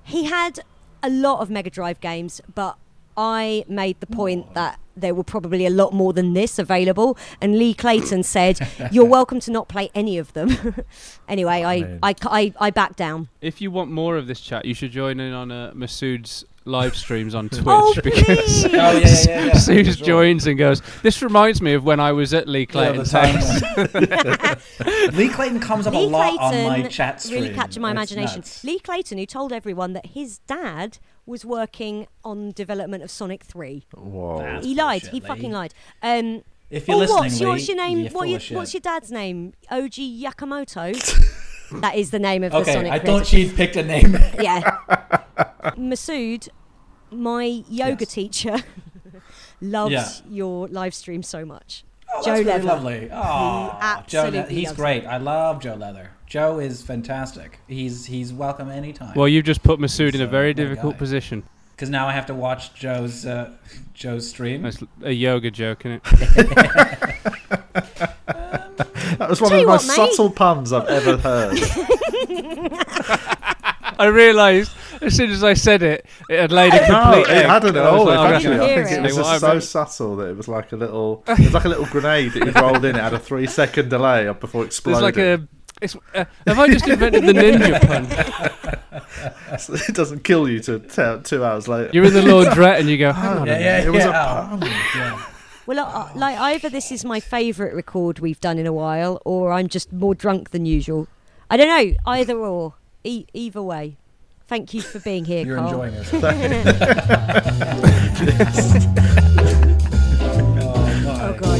S2: He had a lot of Mega Drive games, but I made the point that there were probably a lot more than this available. And Lee Clayton said, You're welcome to not play any of them. anyway, I, I, I, I backed down.
S3: If you want more of this chat, you should join in on uh, Masood's live streams on Twitch
S2: Oh,
S3: because.
S2: please!
S1: Oh yeah, yeah, yeah. yeah.
S3: Masood
S1: Sure.
S3: joins and goes. This reminds me of when I was at Lee
S1: Yeah,
S3: Clayton.
S1: the time when- Lee Clayton comes up a
S2: Lee
S1: lot
S2: Clayton
S1: on my chat stream.
S2: really captured my
S1: It's
S2: imagination.
S1: nuts.
S2: Lee Clayton, who told everyone that his dad was working on development of Sonic Three,
S4: Whoa.
S2: he lied. he
S1: Lee.
S2: fucking lied. Um,
S1: If you're
S2: oh,
S1: listening,
S2: what's, your-
S1: Lee,
S2: what's your name?
S1: you're
S2: what
S1: full
S2: your,
S1: of shit.
S2: what's your dad's name? OG Yakamoto. that is the name of the
S1: Okay,
S2: Sonic.
S1: I
S2: creator.
S1: thought she'd picked a name.
S2: Yeah. Masood, my yoga
S1: Yes.
S2: teacher, loves
S1: Yeah.
S2: your live stream so much.
S1: Oh,
S2: Joe
S1: that's really lovely.
S2: Leather.
S1: Oh, Joe, Le-
S2: absolutely
S1: he's
S2: loves
S1: great. I love Joe Leather. Joe is fantastic. He's he's welcome anytime.
S3: Well, you've just put Masood in a
S1: So,
S3: very
S1: what a
S3: difficult
S1: guy.
S3: position.
S1: because now I have to watch Joe's uh, Joe's stream.
S3: That's a yoga joke, is
S4: That was one
S2: Tell
S4: of
S2: you
S4: the most
S2: what, mate.
S4: subtle puns I've ever heard.
S3: I realised as soon as I said it, it had laid a
S4: No,
S3: complete.
S4: it hadn't at
S3: I was
S4: all.
S3: like,
S4: If
S3: I
S4: Actually, I
S2: didn't
S4: think
S2: hear
S4: it was
S3: it.
S4: just
S3: Well, I
S4: so subtle that it was like a little, it was like a little grenade that you rolled in. It had a three-second delay up before it
S3: There's
S4: exploded.
S3: like a. It's, uh, have I just invented the ninja pun?
S4: it doesn't kill you to t- two hours later.
S3: You're in the laundrette and you go, hang on. a
S1: yeah,
S3: minute.
S1: yeah,
S4: it was
S1: yeah.
S4: a pun.
S1: Yeah.
S2: Well, I
S1: Oh,
S2: I- like either this is my favourite record we've done in a while, or I'm just more drunk than usual. I don't know. Either or, e- either way. Thank you for being here,
S1: You're
S2: Carl.
S1: enjoying it.
S2: Oh God.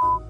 S6: f-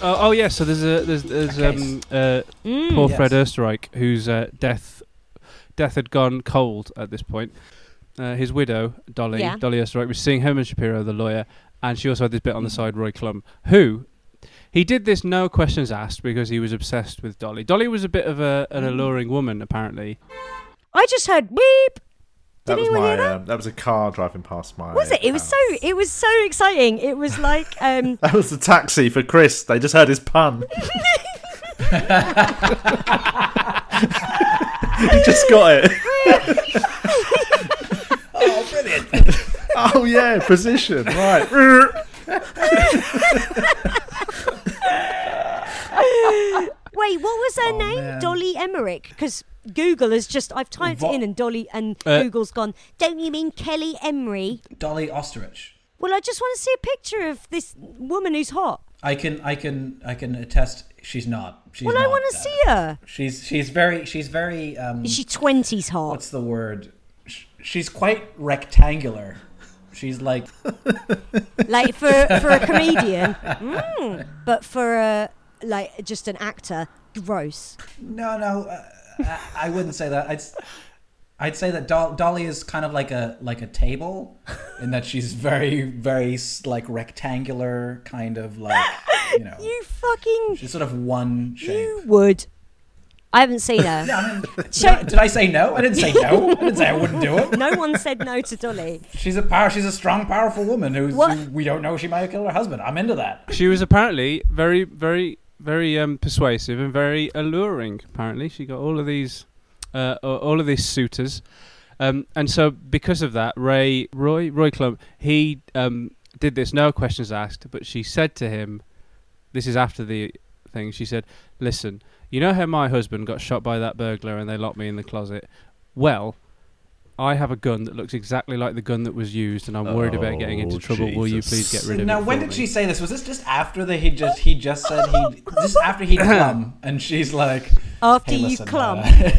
S3: Uh, oh yeah, so there's a there's there's
S1: A
S3: um uh,
S2: Hmm. Mm.
S3: poor
S1: Yes.
S3: Fred Erstreich whose uh, death death had gone cold at this point. Uh, his widow Dolly
S2: Yeah.
S3: Dolly Erstreich was seeing Herman Shapiro, the lawyer, and she also had this bit on the side Roy Klum, who he did this no questions asked because he was obsessed with Dolly. Dolly was a bit of a, an alluring woman apparently.
S2: I just heard weep. Did
S4: that was
S2: anyone
S4: my.
S2: hear that?
S4: Um, that was a car driving past my.
S2: was it? It was so.
S4: house.
S2: It was so exciting. It was like. um
S4: That was the taxi for Chris. They just heard his pun. he just got it.
S1: oh, brilliant!
S4: Oh yeah, position. Right.
S2: Wait, what was her name?
S1: Oh, man.
S2: Dolly Emmerich. Because Google has just. I've typed
S1: What?
S2: it in and Dolly and
S3: Uh,
S2: Google's gone. Don't you mean Kelly Emery?
S1: Dolly Osterich.
S2: Well, I just want to see a picture of this woman who's hot.
S1: I can, I can, I can attest. She's not. She's
S2: well, I
S1: not
S2: want to
S1: that.
S2: see her.
S1: She's, she's very, she's very. Um,
S2: Is she twenties hot?
S1: what's the word? Sh- She's quite rectangular. She's like
S2: like for for a comedian, mm, but for a like just an actor, gross.
S1: No, no, uh, I, I wouldn't say that. I'd, s- I'd say that Dol- Dolly is kind of like a like a table, in that she's very, very s- like rectangular, kind of like you know,
S2: You fucking
S1: she's sort of one shape.
S2: you would. I haven't seen her.
S1: Did I- Did I say no? I didn't say no. I didn't say I wouldn't do it.
S2: no one said no to Dolly.
S1: She's a power. She's a strong, powerful woman who's,
S2: What?
S1: who we don't know she might have killed her husband. I'm into that.
S3: She was apparently very very very um persuasive and very alluring. Apparently, she got all of these uh, a- all of these suitors. Um, and so because of that, Ray Roy Roy Klum he um, did this no questions asked, but she said to him, "This is after the thing." She said, "Listen, you know how my husband got shot by that burglar and they locked me in the closet. Well, I have a gun that looks exactly like the gun that was used, and I'm worried about getting into
S4: Oh,
S3: trouble. Will you
S4: Jesus.
S3: please get rid of
S1: Now,
S3: it?"
S1: when
S3: for
S1: did
S3: me?"
S1: she say this? Was this just after that he just he just said he just after he clum and she's like
S2: After
S1: "Hey,
S2: you
S1: listen,
S2: clump.
S1: uh,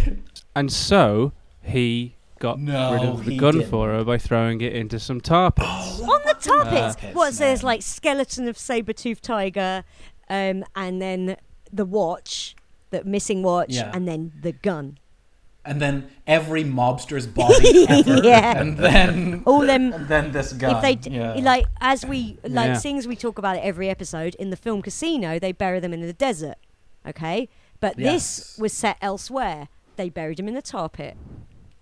S3: And so he got
S1: No,
S3: rid of the
S1: he
S3: gun
S1: didn't.
S3: for her by throwing it into some tar pits.
S2: on the tar pits.
S1: Tar pits,
S2: what? So there's
S1: man.
S2: like skeleton of saber-toothed tiger, um, and then the watch, the missing watch,
S1: Yeah.
S2: and then the gun.
S1: and then every mobster's body ever,
S2: Yeah.
S1: and then
S2: All them.
S1: and then this gun.
S2: If they d-
S1: yeah.
S2: like, as we like,
S3: Yeah.
S2: seeing as we talk about it every episode in the film Casino, they bury them in the desert. Okay, but
S1: Yes.
S2: this was set elsewhere. They buried him in the tar pit,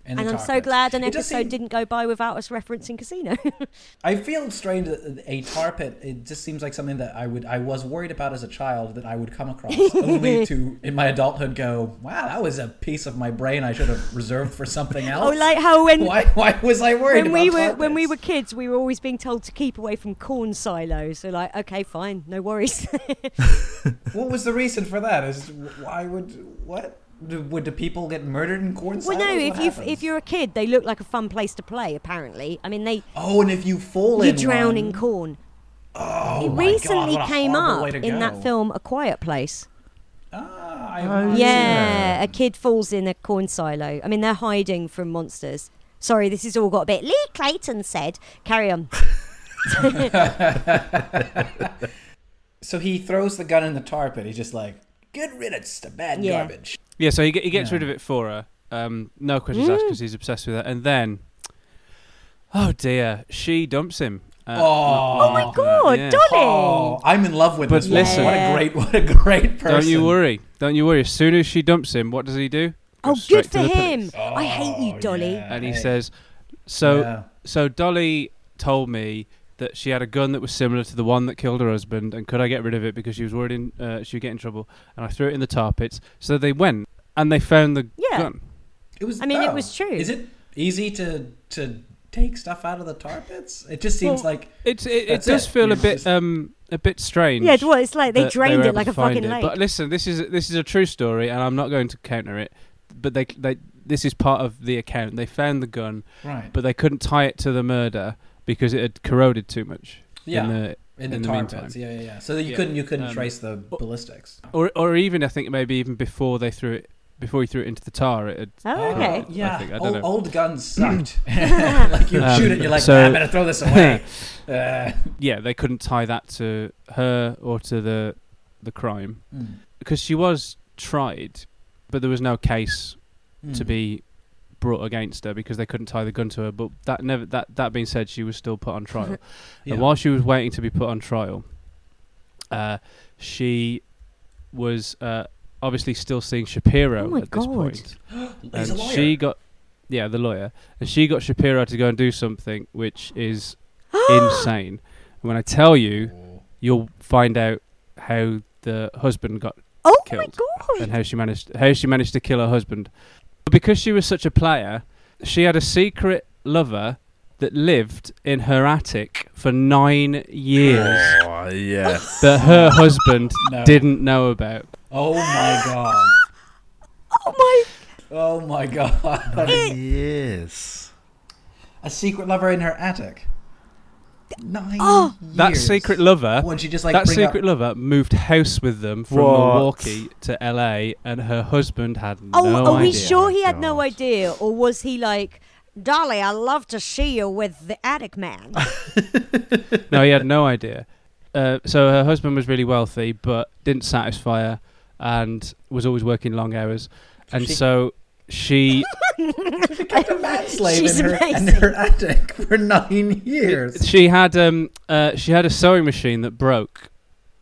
S1: in the
S2: and I'm
S1: tar
S2: so
S1: pits.
S2: glad an
S1: It does
S2: episode
S1: seem-
S2: didn't go by without us referencing Casino.
S1: I feel strange that a tar pit. It just seems like something that I would I was worried about as a child that I would come across, only to in my adulthood go, wow, that was a piece of my brain I should have reserved for something
S2: oh,
S1: else.
S2: like how when
S1: why why was I worried
S2: when we
S1: about
S2: were
S1: tar
S2: when we
S1: pits?
S2: were kids, we were always being told to keep away from corn silos. So like, okay, fine, no worries.
S1: What was the reason for that? Is why would what Do- would the people get murdered in corn
S2: well,
S1: silos?
S2: no,
S1: What
S2: if you
S1: happens?
S2: if you're a kid, they look like a fun place to play. Apparently, I mean, they
S1: oh, and if you fall
S2: you
S1: in
S2: drown in
S1: one-
S2: corn.
S1: oh my
S2: it
S1: God,
S2: recently
S1: what a
S2: came
S1: horrible
S2: up
S1: way to
S2: in
S1: go.
S2: that film, A Quiet Place.
S1: Ah, I have
S3: Uh,
S1: not seen that.
S2: Yeah, a kid falls in a corn silo. I mean, they're hiding from monsters. Sorry, this has all got a bit. Lee Clayton said, "Carry on."
S1: So he throws the gun in the tar pit. He's just like, Get rid of the bad
S2: Yeah.
S1: garbage.
S3: Yeah, so he, ge- he gets
S1: Yeah.
S3: rid of it for her. Um, no questions
S2: Mm.
S3: asked 'cause asked because he's obsessed with her. And then, oh dear, she dumps him.
S1: Oh.
S3: Uh, not
S1: Oh my
S3: long after that,
S2: God,
S3: yeah.
S2: Dolly!
S1: Oh, I'm in love with
S3: But
S1: this woman.
S3: listen-
S1: What a great, what a great person.
S3: Don't you worry. Don't you worry. As soon as she dumps him, what does he do?
S2: Oh,
S3: Goes
S2: good
S3: straight
S2: for
S3: to the
S2: him.
S3: police.
S2: I hate you, Dolly.
S1: Oh, yeah.
S3: And he
S1: Hey.
S3: says, so
S1: Yeah.
S3: so Dolly told me that she had a gun that was similar to the one that killed her husband, and could I get rid of it because she was worried in, uh, she would get in trouble? And I threw it in the tar pits. So they went and they found the
S2: Yeah.
S3: gun.
S1: It was.
S2: I mean, it was true.
S1: Is it easy to to take stuff out of the tar pits? It just seems
S3: Well,
S1: like
S3: It's it, it
S1: That's
S3: does
S1: it.
S3: feel a
S1: It's
S3: bit
S1: just-
S3: um a bit strange.
S2: Yeah, well, it's like they
S3: that
S2: drained
S3: were
S2: it
S3: able
S2: like
S3: to
S2: a
S3: find
S2: fucking
S3: it.
S2: lake.
S3: But listen, this is this is a true story, and I'm not going to counter it. But they they this is part of the account. They found the gun,
S1: right.
S3: but they couldn't tie it to the murder because it had corroded too much.
S1: Yeah.
S3: In the,
S1: in the
S3: in the
S1: tar
S3: meantime.
S1: pits, yeah, yeah, yeah. So that you
S3: Yeah.
S1: couldn't you couldn't
S3: Um,
S1: trace the ballistics.
S3: or or even I think maybe even before they threw it before he threw it into the tar, it had
S2: Oh, okay.
S1: Yeah,
S3: I think. I don't
S1: old,
S3: know.
S1: old guns sucked. like you
S3: Um,
S1: shoot it, you're like,
S3: so-
S1: "Ah, I better throw this away. uh,
S3: yeah they couldn't tie that to her or to the the crime
S1: mm,
S3: because she was tried, but there was no case to
S1: mm.
S3: be brought against her because they couldn't tie the gun to her. But that never that that being said, she was still put on trial.
S1: Yeah.
S3: And while she was waiting to be put on trial, uh, she was uh, obviously still seeing Shapiro
S2: Oh my
S3: at this
S2: God.
S3: point.
S1: He's a
S3: and
S1: lawyer.
S3: she got yeah the lawyer and she got shapiro to go and do something which is insane and when i tell you
S1: Oh.
S3: you'll find out how the husband got
S2: Oh
S3: killed
S2: my god!
S3: and how she managed how she managed to kill her husband but because she was such a player she had a secret lover that lived in her attic for nine years
S4: Oh, yes.
S3: that her husband
S1: No.
S3: didn't know about
S1: Oh my god.
S2: Oh my!
S1: Oh my god.
S4: yes.
S1: A secret lover in her attic. Nine
S2: Oh.
S3: that
S1: years.
S3: secret lover
S1: When she just like
S3: that
S1: bring
S3: secret
S1: up,
S3: lover moved house with them from
S4: What?
S3: Milwaukee to LA, and her husband had
S2: Oh,
S3: no
S2: are we
S3: idea.
S2: sure he had no
S4: God.
S2: idea, or was he like, "Dolly, I love to see you with the attic man"?
S3: No, he had no idea. Uh, so her husband was really wealthy, but didn't satisfy her, and was always working long hours, and
S1: She-
S3: so she
S1: a manslave
S2: She's
S1: in her, in
S2: amazing.
S1: her attic for nine years.
S3: she had um uh, she had a sewing machine that broke.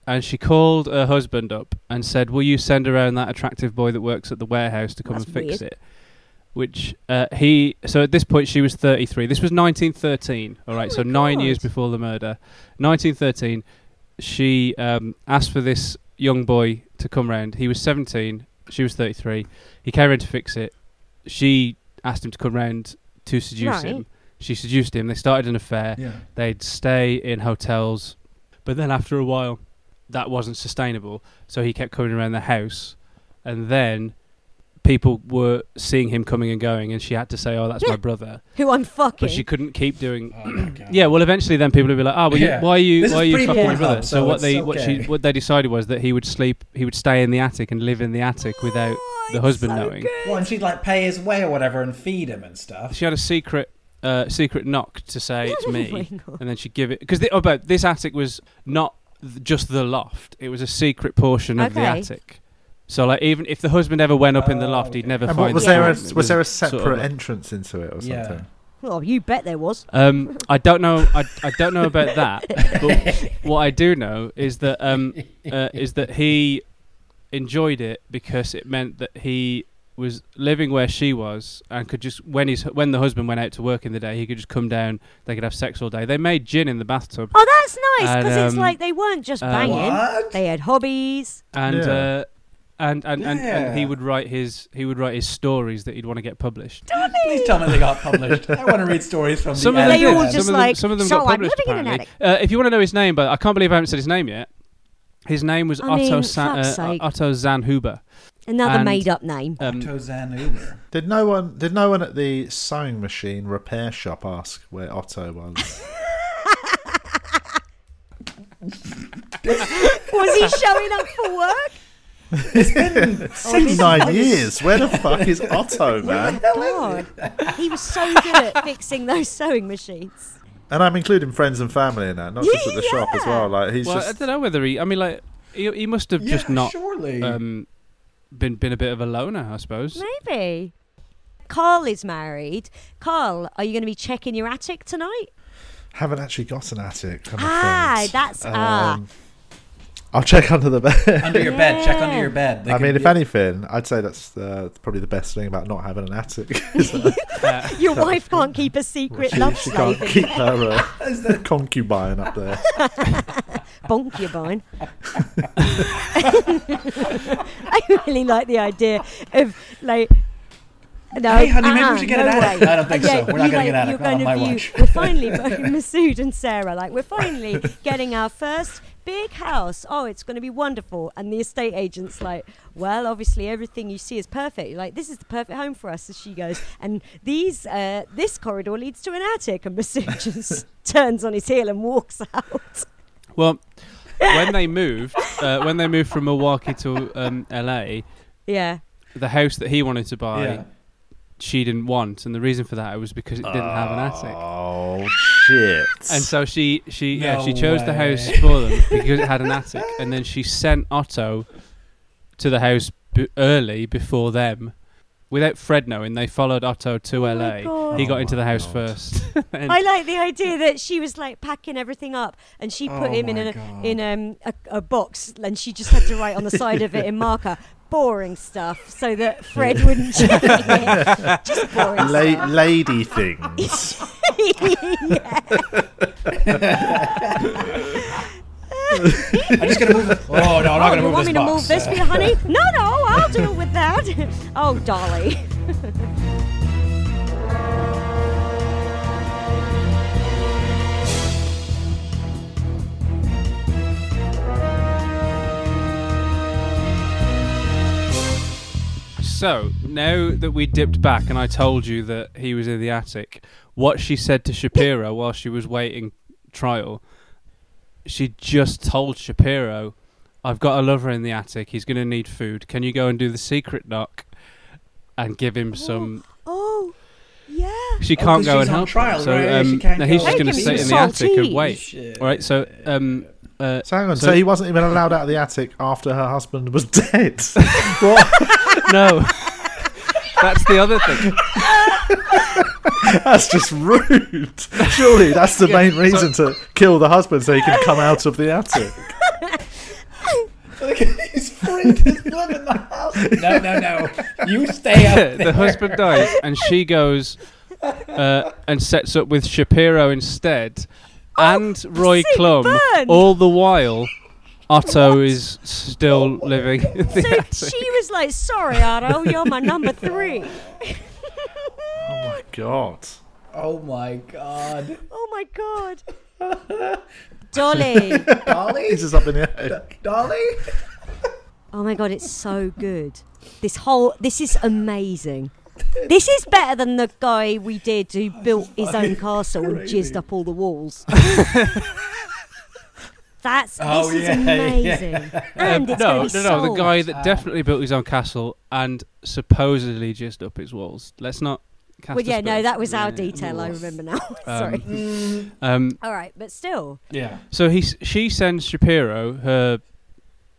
S3: And she called her husband up and said, "Will you send around that attractive boy that works at the warehouse to come
S2: That's
S3: and fix
S2: weird.
S3: it?" Which uh, he so at this point she was 33. This was 1913. All right,
S2: Oh my
S3: so nine
S2: God.
S3: years before the murder, 1913. She um, asked for this young boy to come round. He was 17. She was 33. He came round to fix it. She asked him to come round to seduce
S2: Right.
S3: him. She seduced him. They started an affair
S1: Yeah.
S3: they'd stay in hotels but then after a while that wasn't sustainable so he kept coming around the house and then people were seeing him coming and going and she had to say oh that's my brother
S2: Who I'm fucking.
S3: but she couldn't keep doing
S1: Oh my god.
S3: yeah well eventually then people would be like oh well, you-
S1: Yeah.
S3: why are you
S1: This
S3: why are
S1: is
S3: you
S1: pre-
S3: fucking my
S1: Pornhub,
S3: brother so,
S1: so
S3: what
S1: it's
S3: they what she
S1: okay.
S3: what they decided was that he would sleep he would stay in the attic and live in the attic without
S2: Oh,
S3: the
S2: it's
S3: husband
S2: so
S3: knowing
S2: good.
S1: Well, and she'd like pay his way or whatever and feed him and stuff.
S3: she had a secret uh, secret knock to say it's
S2: Oh
S3: me,
S2: my God.
S3: and then she'd give it because oh, but this attic was not th- just the loft; it was a secret portion of the
S2: Okay.
S3: attic. So like even if the husband ever went up in the
S1: Oh,
S3: loft, he'd
S1: okay.
S3: never
S4: And
S3: find.
S4: what, was
S3: the
S4: there a
S3: phone. It
S4: was there a
S3: sort of
S4: separate
S3: like-
S4: entrance into it or
S1: Yeah.
S4: something?
S2: Well, Oh, you bet there was.
S3: um, I don't know. I, I don't know about that. But what I do know is that um, uh, is that he enjoyed it because it meant that he was living where she was and could just when his when the husband went out to work in the day, he could just come down. They could have sex all day. They made gin in the bathtub.
S2: Oh, that's nice because
S3: And,
S2: it's
S3: um,
S2: like they weren't just
S3: uh,
S2: banging;
S1: What?
S2: they had hobbies.
S3: and
S4: Yeah.
S3: uh, and and, and, and he
S1: Yeah.
S3: would write his he would write his stories that he'd want to get published.
S1: Please tell me they got published. I want to read stories from
S3: Some
S1: the
S3: of them
S2: They
S1: attic.
S3: did.
S2: all
S3: some
S2: just
S3: of them,
S2: like,
S3: some of them
S2: "So
S3: got
S2: I'm
S3: published.
S2: living in an
S3: apparently, uh, if you want to know his name, but I can't believe I haven't said his name yet. His name was
S2: I
S3: Otto
S2: mean,
S3: San,
S2: fuck's
S3: uh,
S2: sake.
S3: Otto Zanhuber.
S2: Another
S3: And-
S2: made-up name.
S3: Um,
S1: Tozan Uber.
S4: Did no one did no one at the sewing machine repair shop ask where Otto was?
S2: was he showing up for work?
S4: Six nine years. Where the fuck is Otto, man?
S2: God, he was so good at fixing those sewing machines.
S4: And I'm including friends and family in that, not just at the shop as
S2: Yeah.
S4: well. Like he's
S3: well, I
S4: just
S3: don't know whether he. I mean, like He, he must have just
S7: Yeah,
S3: not
S7: surely.
S3: um, been been a bit of a loner, I suppose.
S2: Maybe. Carl is married. Carl, are you going to be checking your attic tonight?
S4: Haven't actually got an attic. I'm
S2: Ah,
S4: afraid.
S2: that's- ah.
S4: Um, I'll check under the bed.
S1: Under your bed, check under
S2: Yeah.
S1: your bed. They
S4: I
S1: can-
S4: mean, if anything, I'd say that's uh, probably the best thing about not having an attic. is that
S2: Your wife can't keep a secret
S4: um,
S2: love
S4: she, she
S2: slave.
S4: can't keep her uh, concubine up there.
S2: Bonkubine. I really like the idea of like. No,
S1: Hey, honey, maybe we
S2: uh-uh,
S1: should get
S2: no
S1: an attic.
S2: way.
S1: I don't think so. We're not
S2: you
S1: gonna get an
S2: you're
S1: attic, not on
S2: gonna
S1: Oh, my
S2: view-
S1: watch.
S2: We're finally, Masood and Sarah, like, we're finally getting our first big house. Oh, it's going to be wonderful. And the estate agent's like, well, obviously everything you see is perfect. You're like, this is the perfect home for us. As she goes, and these, uh, this corridor leads to an attic. And Masood just turns on his heel and walks out.
S3: Well, when they moved, uh, when they moved from Milwaukee to um, LA,
S2: Yeah.
S3: the house that he wanted to buy,
S1: Yeah.
S3: she didn't want, and the reason for that was because it didn't have an attic.
S4: Oh shit!
S3: And so she she yeah
S1: No
S3: she chose the
S1: way.
S3: house for them because it had an attic, and then she sent Otto to the house b- early before them. Without Fred knowing, they followed Otto to
S2: Oh my
S3: LA.
S2: God.
S3: He
S4: Oh
S3: got into
S4: my
S3: the house
S4: God.
S3: first. And-
S2: I like the idea that she was like packing everything up, and she put
S1: Oh
S2: him in
S1: my
S2: a
S1: God.
S2: in um, a, a box, and she just had to write on the side of it in marker "boring stuff" so that Fred wouldn't check it. Just boring
S4: La- lady things.
S1: I'm just gonna move. The, oh no, I'm not
S2: Oh,
S1: gonna
S2: you
S1: move
S2: want
S1: this
S2: me to
S1: box.
S2: move this for you, honey? No, no, I'll deal with that. oh, Dolly.
S3: So now that we dipped back and I told you that he was in the attic, what she said to Shapiro while she was waiting trial, she just told Shapiro, "I've got a lover in the attic. He's going to need food. Can you go and do the secret knock and give him some?"
S2: Oh, yeah.
S3: She
S1: Oh,
S3: can't
S1: 'cause she's
S3: go and
S1: on
S3: help. him,
S1: trial,
S3: so
S1: right? She
S3: um,
S1: can't
S3: no,
S1: go
S3: he's just
S2: Make
S3: going to
S2: him
S3: sit in the
S2: some
S3: attic and
S2: saltines.
S3: wait. All right. So um, uh,
S4: So hang on.
S3: So-
S4: So, he wasn't even allowed out of the attic after her husband was dead.
S3: no. That's the other thing.
S4: that's just rude. Surely that's the main reason to kill the husband so he can come out of the attic.
S1: He's free to live in the house. No, no, no. You stay up there.
S3: the husband dies, and she goes uh, and sets up with Shapiro instead,
S2: Oh,
S3: and Roy
S2: sick
S3: Klum.
S2: burn.
S3: All the while, Otto is still living. in the
S2: So
S3: attic.
S2: she was like, "Sorry, Otto, you're my number three.
S4: Oh my god.
S1: Oh my god.
S2: Oh my god, Dolly.
S1: Dolly?
S4: He's just up in the attic.
S1: Dolly?
S2: Oh my god, it's so good. This whole this is amazing. This is better than the guy we did who built his own castle and jizzed up all the walls. That's
S1: Oh,
S2: this
S1: yeah,
S2: is
S1: yeah.
S2: amazing.
S3: Um,
S2: And it's
S3: no,
S2: gonna
S3: no,
S2: be
S3: no. The
S2: sold.
S3: guy that definitely built his own castle and supposedly just up his walls. Let's not. Cast
S2: Well, yeah, no,
S3: aspersions.
S2: that was our
S3: Yeah.
S2: detail. I remember now. Sorry.
S3: Um,
S2: all right, but still,
S1: Yeah.
S3: So he, s- she sends Shapiro, her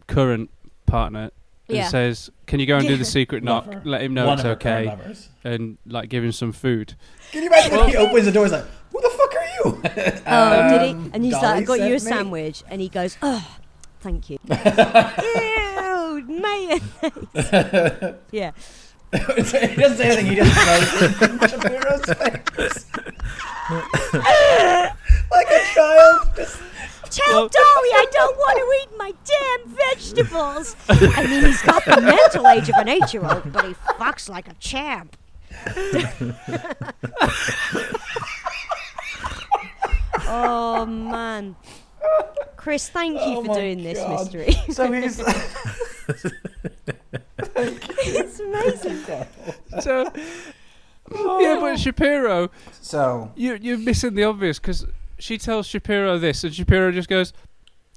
S3: current partner, and
S2: Yeah.
S3: says, "Can you go and do
S2: Yeah.
S3: the secret knock?
S1: Lover.
S3: Let him know
S1: One
S3: it's
S1: of her current
S3: okay,
S1: lovers.
S3: and like give him some food."
S1: Can you imagine if he opens the door? He's like, "Who the fuck are you?"
S2: oh,
S3: Um,
S2: did he? And he's like, "I
S1: Dolly
S2: got you a
S1: sent me-
S2: sandwich," and he goes, "Oh, thank you." Ew, mayonnaise. yeah.
S1: he doesn't say anything. He just throws it in Shapiro's face. like a child. Just
S2: Tell Dolly I don't want to eat my damn vegetables. I mean, he's got the mental age of an eight-year-old, but he fucks like a champ. oh man, Chris, thank you
S1: Oh
S2: for
S1: my
S2: doing this
S1: God.
S2: mystery.
S1: so he's.
S2: it's amazing.
S3: So, yeah, but Shapiro,
S1: so
S3: you, you're missing the obvious because she tells Shapiro this, and Shapiro just goes,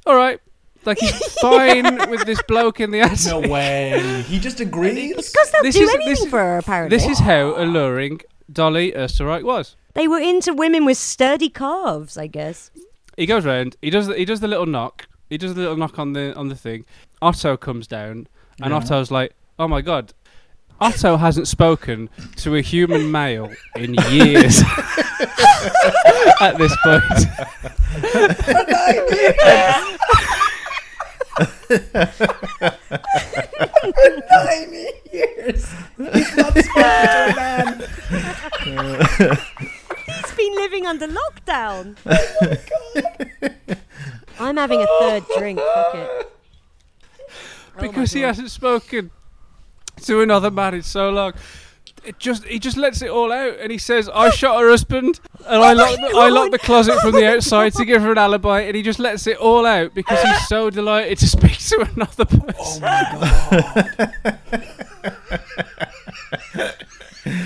S3: "All right." Like he's fine with this bloke in the attic.
S1: no way. He just agrees.
S2: Because they'll
S3: This
S2: do
S3: is- this
S2: anything
S3: is-
S2: for her, apparently.
S3: This is how alluring Dolly Oesterreich was.
S2: they were into women with sturdy calves, I guess.
S3: He goes round. He does. The, he does the little knock. He does a little knock on the on the thing. Otto comes down, and Otto's like, "Oh my god." Otto hasn't spoken to a human male in years at this point.
S1: Nine years. He's not spoken to a man.
S2: He's been living under lockdown. oh my god. I'm having a third drink. Fuck it.
S3: because he
S2: God.
S3: hasn't spoken to another man in so long. It just he just lets it all out, and he says, "I shot her husband, and I locked the, I locked the closet from the outside to give her an alibi," and he just lets it all out because he's so delighted to speak to another person.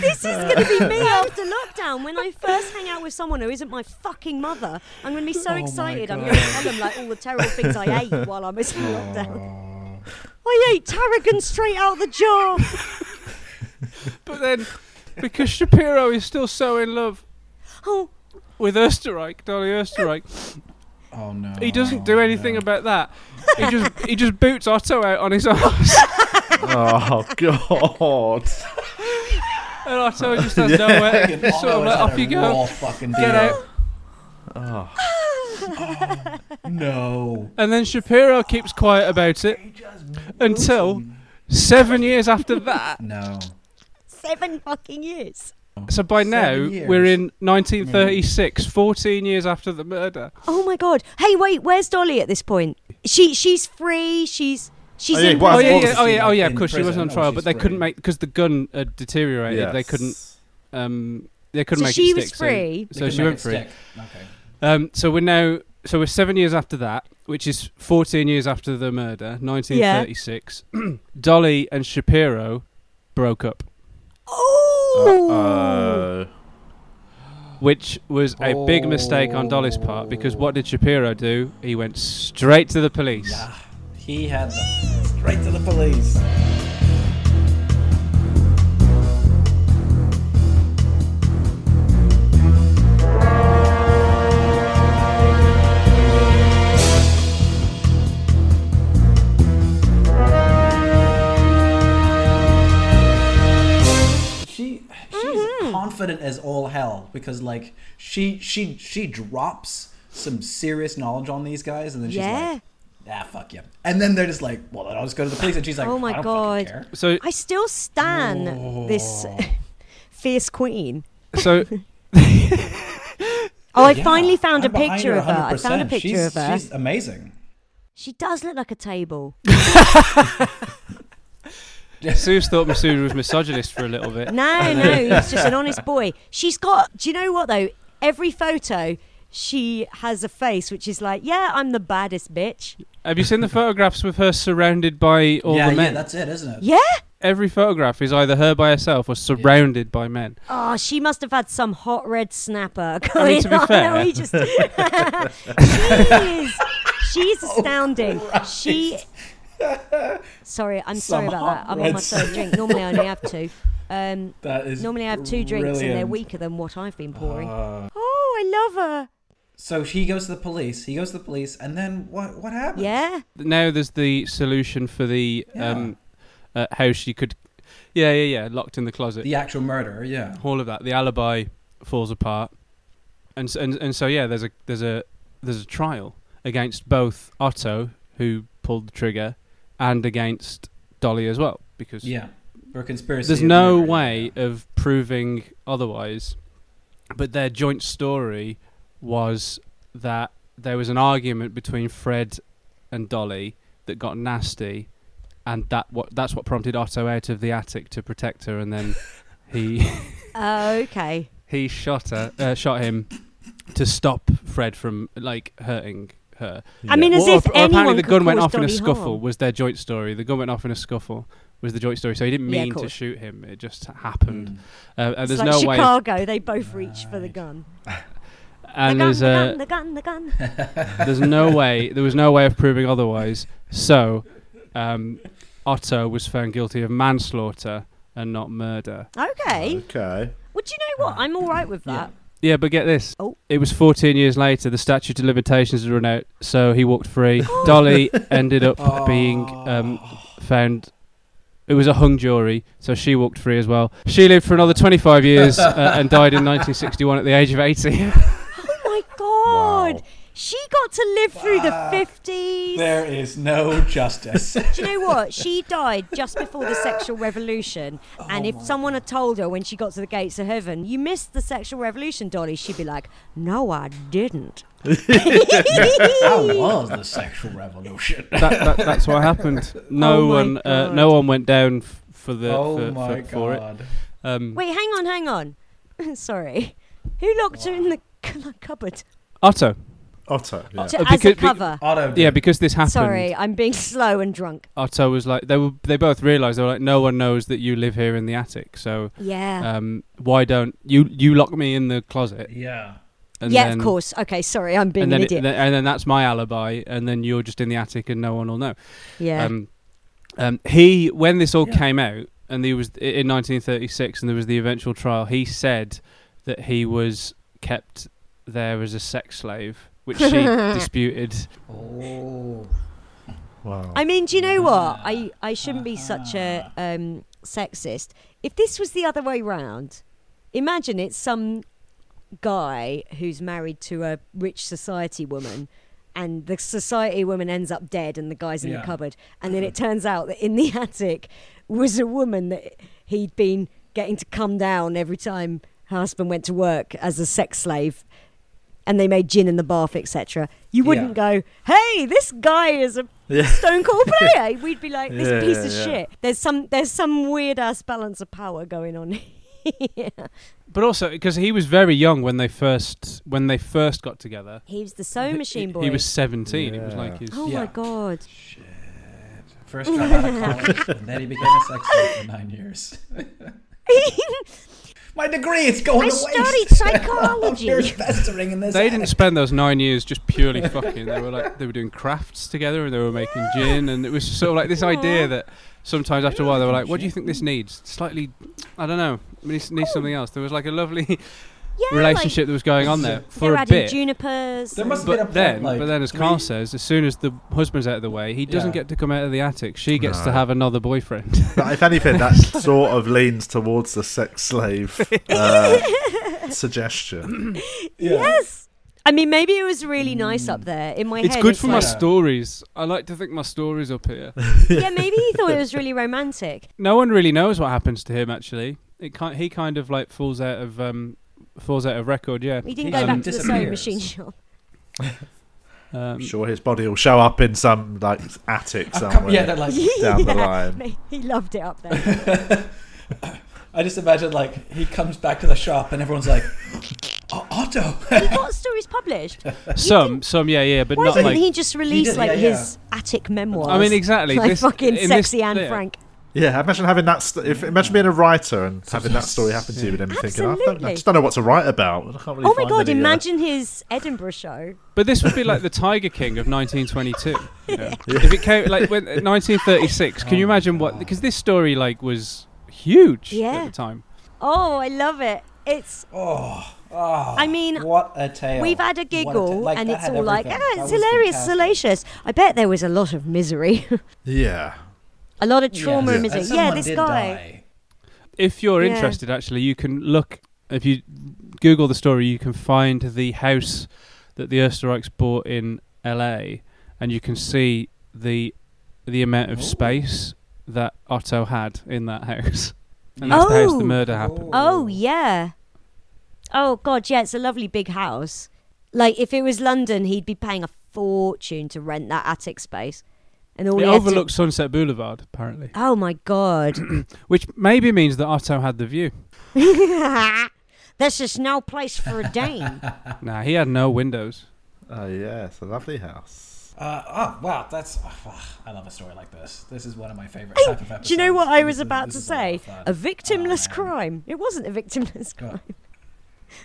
S2: This is going to be me after lockdown. When I first hang out with someone who isn't my fucking mother, I'm going to be so excited. I'm going to tell them like all the terrible things I ate while I'm in lockdown. I ate tarragon straight out the jar.
S3: But then, because Shapiro is still so in love
S2: Oh,
S3: with Österreich, Dolly Österreich,
S1: Oh no.
S3: he doesn't do anything about that. He just he just boots Otto out on his arse,
S4: Oh god.
S3: and Otto just has nowhere. Just
S1: Oh,
S3: sort of like, off you
S1: Raw
S3: go,
S1: fucking
S3: get
S1: deal.
S3: out.
S1: No.
S3: And then Shapiro keeps quiet about it until seven years after that.
S1: No.
S2: seven fucking years.
S3: So by now,
S1: Seven years. Mm.
S3: we're in 1936, 14 years after the murder.
S2: Oh my god. Hey, wait. Where's Dolly at this point? She she's free. She's she's
S4: Oh, yeah,
S2: in
S4: wow.
S3: Oh, yeah,
S4: Well,
S3: yeah, oh, yeah, oh, yeah, of
S1: in
S3: course, she was
S1: prison,
S3: on
S1: oh,
S3: trial, but
S1: she's
S3: they couldn't
S1: free.
S3: make, because the gun had deteriorated, they
S4: Yes.
S3: couldn't, um, they couldn't
S2: So
S3: make
S2: she
S3: it
S2: was
S3: stick.
S2: free.
S1: They
S3: So, so
S1: can
S3: she
S1: make
S3: went
S1: it
S3: free.
S1: stick. Okay.
S3: Um, so we're now, so we're seven years after that, which is 14 years after the murder, 1936. Dolly and Shapiro broke up.
S2: Oh.
S4: Uh,
S3: which was a big mistake on Dolly's part because what did Shapiro do? He went straight to the police.
S1: He had them. Straight to the police. She she's
S2: Mm-hmm.
S1: confident as all hell because like she she she drops some serious knowledge on these guys and then she's
S2: Yeah.
S1: like ah, fuck yeah. And then they're just like, well, then I'll just go to the police. And she's like,
S2: Oh my
S1: I don't
S2: God.
S1: fucking care.
S3: So,
S2: I still stan this
S1: Oh.
S2: fierce queen.
S3: so
S2: Oh, I
S1: Yeah,
S2: finally found
S1: I'm
S2: a
S1: behind
S2: picture of her. I found a
S1: 100%.
S2: picture
S1: she's,
S2: of her.
S1: She's amazing.
S2: She does look like a table.
S3: Seuss thought Masood was misogynist for a little bit.
S2: No, no, he's just an honest boy. She's got. Do you know what though? Every photo, she has a face which is like, yeah, I'm the baddest bitch.
S3: Have you seen the photographs with her surrounded by all
S1: yeah,
S3: the
S1: yeah,
S3: men?
S1: that's it, isn't it?
S2: Yeah.
S3: Every photograph is either her by herself or surrounded by men.
S2: Oh, she must have had some hot red snapper
S3: I
S2: going
S3: mean, to be
S2: on.
S3: fair-
S2: No, he just- she is. She's
S3: Oh,
S2: astounding. she. Sorry, I'm sorry
S1: Some
S2: about
S1: hot
S2: that. I'm on
S1: red
S2: my third drink. Normally, I only have two. Um,
S1: That is
S2: normally, I have two drinks, and they're
S1: brilliant.
S2: weaker than what I've been pouring.
S3: Ah.
S2: oh, I love her.
S1: So he goes to the police. He goes to the police, and then what? What happens?
S2: Yeah.
S3: Now there's the solution for the um, uh, how she could, yeah, yeah, yeah, locked in the closet.
S1: The actual murder. Yeah.
S3: all of that. The alibi falls apart, and s- and and so yeah, there's a there's a there's a trial against both Otto, who pulled the trigger, and against Dolly as well, because
S1: Yeah. For conspiracy.
S3: there's
S1: of
S3: no
S1: murder,
S3: way
S1: yeah.
S3: of proving otherwise. But their joint story was that there was an argument between Fred and Dolly that got nasty, and that what that's what prompted Otto out of the attic to protect her, and then he.
S2: Okay.
S3: he shot her, uh, shot him to stop Fred from like hurting her.
S2: I mean, as
S3: Or-
S2: if
S3: or
S2: anyone
S3: apparently the
S2: could
S3: gun went
S2: cause
S3: off in a
S2: Dolly
S3: scuffle
S2: harm.
S3: was their joint story. The gun went off in a scuffle was the joint story. So he didn't
S2: Yeah, of
S3: mean to
S2: course.
S3: shoot him. It just happened. Uh, and
S2: It's
S3: there's
S2: like
S3: no way.
S2: Chicago. They both reach for the gun. The
S3: And
S2: gun,
S3: there's
S2: the
S3: uh,
S2: gun. The gun. The gun.
S3: there's no way. There was no way of proving otherwise. So um, Otto was found guilty of manslaughter and not murder.
S2: Okay.
S4: okay.
S2: Well, do you know what? I'm all right with that.
S3: Yeah, but get this.
S2: Oh.
S3: It was 14 years later, the statute of limitations had run out, so he walked free.
S2: Oh.
S3: Dolly ended up being
S1: Oh.
S3: um, found. It was a hung jury, so she walked free as well. She lived for another 25 years uh, and died in 1961 at the age of 80.
S2: Oh my god!
S4: Wow.
S2: She got to live through the fifties.
S1: There is no justice.
S2: Do you know what? She died just before the sexual revolution.
S3: Oh
S2: and if someone had told her when she got to the gates of heaven, you missed the sexual revolution, Dolly, she'd be like, No, I didn't.
S1: How was the sexual revolution?
S3: that, that, that's what happened. No
S2: Oh my
S3: one, uh,
S2: God.
S3: no one went down f- for the
S1: oh
S3: for,
S1: my
S3: for, for it.
S1: god.
S3: Um,
S2: Wait, hang on, hang on. Sorry. Who locked her in the cu- cupboard
S3: Otto,
S4: Otto. Yeah.
S2: to,
S3: Uh,
S2: as
S3: because- be-
S2: a cover?
S1: Auto.
S3: yeah, because this happened.
S2: Sorry, I'm being slow and drunk.
S3: Otto was like they were. They both realized they were like, no one knows that you live here in the attic. So
S2: Yeah.
S3: um, why don't you you lock me in the closet?
S1: Yeah.
S3: And
S2: yeah,
S3: then-
S2: of course. Okay, sorry, I'm being
S3: And
S2: an
S3: then, it-
S2: idiot.
S3: then- and then that's my alibi, and then you're just in the attic, and no one will know.
S2: yeah.
S3: Um, um, he when this all
S1: Yeah.
S3: came out, and he was in 1936, and there was the eventual trial. He said that he was kept there as a sex slave, which she disputed.
S1: Oh.
S4: Wow.
S2: I mean, do you know what? I, I shouldn't be such a um, sexist. If this was the other way round, imagine it's some guy who's married to a rich society woman and the society woman ends up dead and the guy's in
S1: Yeah.
S2: the cupboard and then it turns out that in the attic was a woman that he'd been getting to come down every time her husband went to work as a sex slave and they made gin in the bath etc you wouldn't go hey this guy is a stone cold player we'd be like this
S4: Yeah,
S2: piece
S4: yeah,
S2: of
S4: yeah.
S2: shit there's some there's some weird ass balance of power going on here
S3: But also because he was very young when they first when they first got together.
S2: he was the sewing
S3: He-
S2: machine
S3: he-
S2: boy
S3: He, was 17. It was
S4: Yeah.
S3: like his.
S2: oh
S1: Yeah.
S2: my god
S1: First job out of college, and then he became a sex slave for nine years. My degree, it's going
S2: I
S1: to waste.
S2: studied
S1: Oh,
S2: psychology.
S1: There's festering in this.
S3: They didn't spend those nine years just purely fucking. They were like they were doing crafts together and they were making gin, and it was sort of like this idea that sometimes after a while they were like, "What do you think this needs?" Slightly, I don't know. It needs, needs something else. There was like a lovely
S2: yeah,
S3: relationship
S2: like,
S3: that was going on there
S2: they're
S3: for a
S2: adding
S3: bit.
S2: junipers
S1: There
S2: and-
S1: must have been a
S3: But
S1: point,
S3: then,
S1: like,
S3: but then, as
S1: three-
S3: Carl says, as soon as the husband's out of the way, he doesn't
S1: Yeah.
S3: get to come out of the attic. She gets to
S4: No.
S3: have another boyfriend.
S4: But if anything, that sort of leans towards the sex slave uh, suggestion.
S1: Yeah.
S2: yes I mean, maybe it was really nice up there. In my
S3: Mm. it's
S2: head,
S3: good for my
S2: like,
S3: stories. I like to think my stories up here.
S2: yeah. Maybe he thought it was really romantic.
S3: no one really knows what happens to him. Actually, it kind he kind of like falls out of um falls out of record. Yeah,
S2: He didn't
S1: He
S2: go back
S1: um,
S2: to the
S1: disappears.
S2: sewing machine shop.
S3: um,
S4: I'm sure his body will show up in some like attic
S1: I've come-
S4: somewhere
S1: yeah, they're like.
S4: down the
S2: Yeah.
S4: line.
S2: He loved it up there.
S1: I just imagine like he comes back to the shop and everyone's like, "O- Otto.
S2: he got stories published.
S3: some some yeah yeah, but
S2: Why
S3: not
S2: didn't
S3: like.
S2: he just release
S1: did,
S2: like
S1: yeah, yeah.
S2: his attic memoirs?
S3: I mean, exactly.
S2: Like
S3: this-
S2: fucking
S3: in this-
S2: sexy Anne
S3: yeah.
S2: Frank.
S4: Yeah, imagine having that. St- if imagine being a writer and having that story happen to you, and then thinking, I, don't, I
S2: Absolutely.
S4: just don't know what to write about. I can't really
S2: Oh my
S4: find
S2: god!
S4: any, uh,
S2: Imagine his Edinburgh show.
S3: But this would be like the Tiger King of 1922. you know? If it came like when, 1936, can you imagine what? Because this story like was huge at
S2: Yeah.
S3: the time.
S2: Oh, I love it. It's.
S1: Oh, oh,
S2: I mean,
S1: what a tale.
S2: We've had a
S1: What ta-
S2: giggle,
S1: like,
S2: and
S1: that
S2: it's
S1: had
S2: all like,
S1: everything.
S2: ah,
S1: That
S2: it's
S1: was
S2: hilarious, it's
S1: fantastic.
S2: salacious. I bet there was a lot of misery,
S4: Yeah,
S2: a lot of
S1: Yes.
S2: trauma and
S1: And
S2: misery. Yeah,
S1: someone
S2: this
S1: did
S2: guy.
S1: die.
S3: If you're
S2: Yeah.
S3: interested, actually, you can look. If you Google the story, you can find the house that the Österreichs bought in L.A. and you can see the the amount of space that Otto had in that house. And that's the house the
S2: Oh.
S3: murder happened.
S2: Oh yeah. Oh god, yeah, it's a lovely big house. Like if it was London, he'd be paying a fortune to rent that attic space, and all
S3: It
S2: he had to-
S3: overlooks Sunset Boulevard, apparently,
S2: Oh my god.
S3: which maybe means that Otto had the view.
S2: this is no place for a dame.
S3: Nah, he had no windows.
S4: oh yeah, it's a lovely house.
S1: Uh, oh wow, that's ah, I love a story like this. This is one of my favorite type of episodes.
S2: Do you know what I was
S1: This is-
S2: about
S1: this
S2: to
S1: is a lot
S2: say?
S1: of fun.
S2: A victimless
S1: Oh, man.
S2: crime. It wasn't a victimless
S1: Oh.
S2: crime.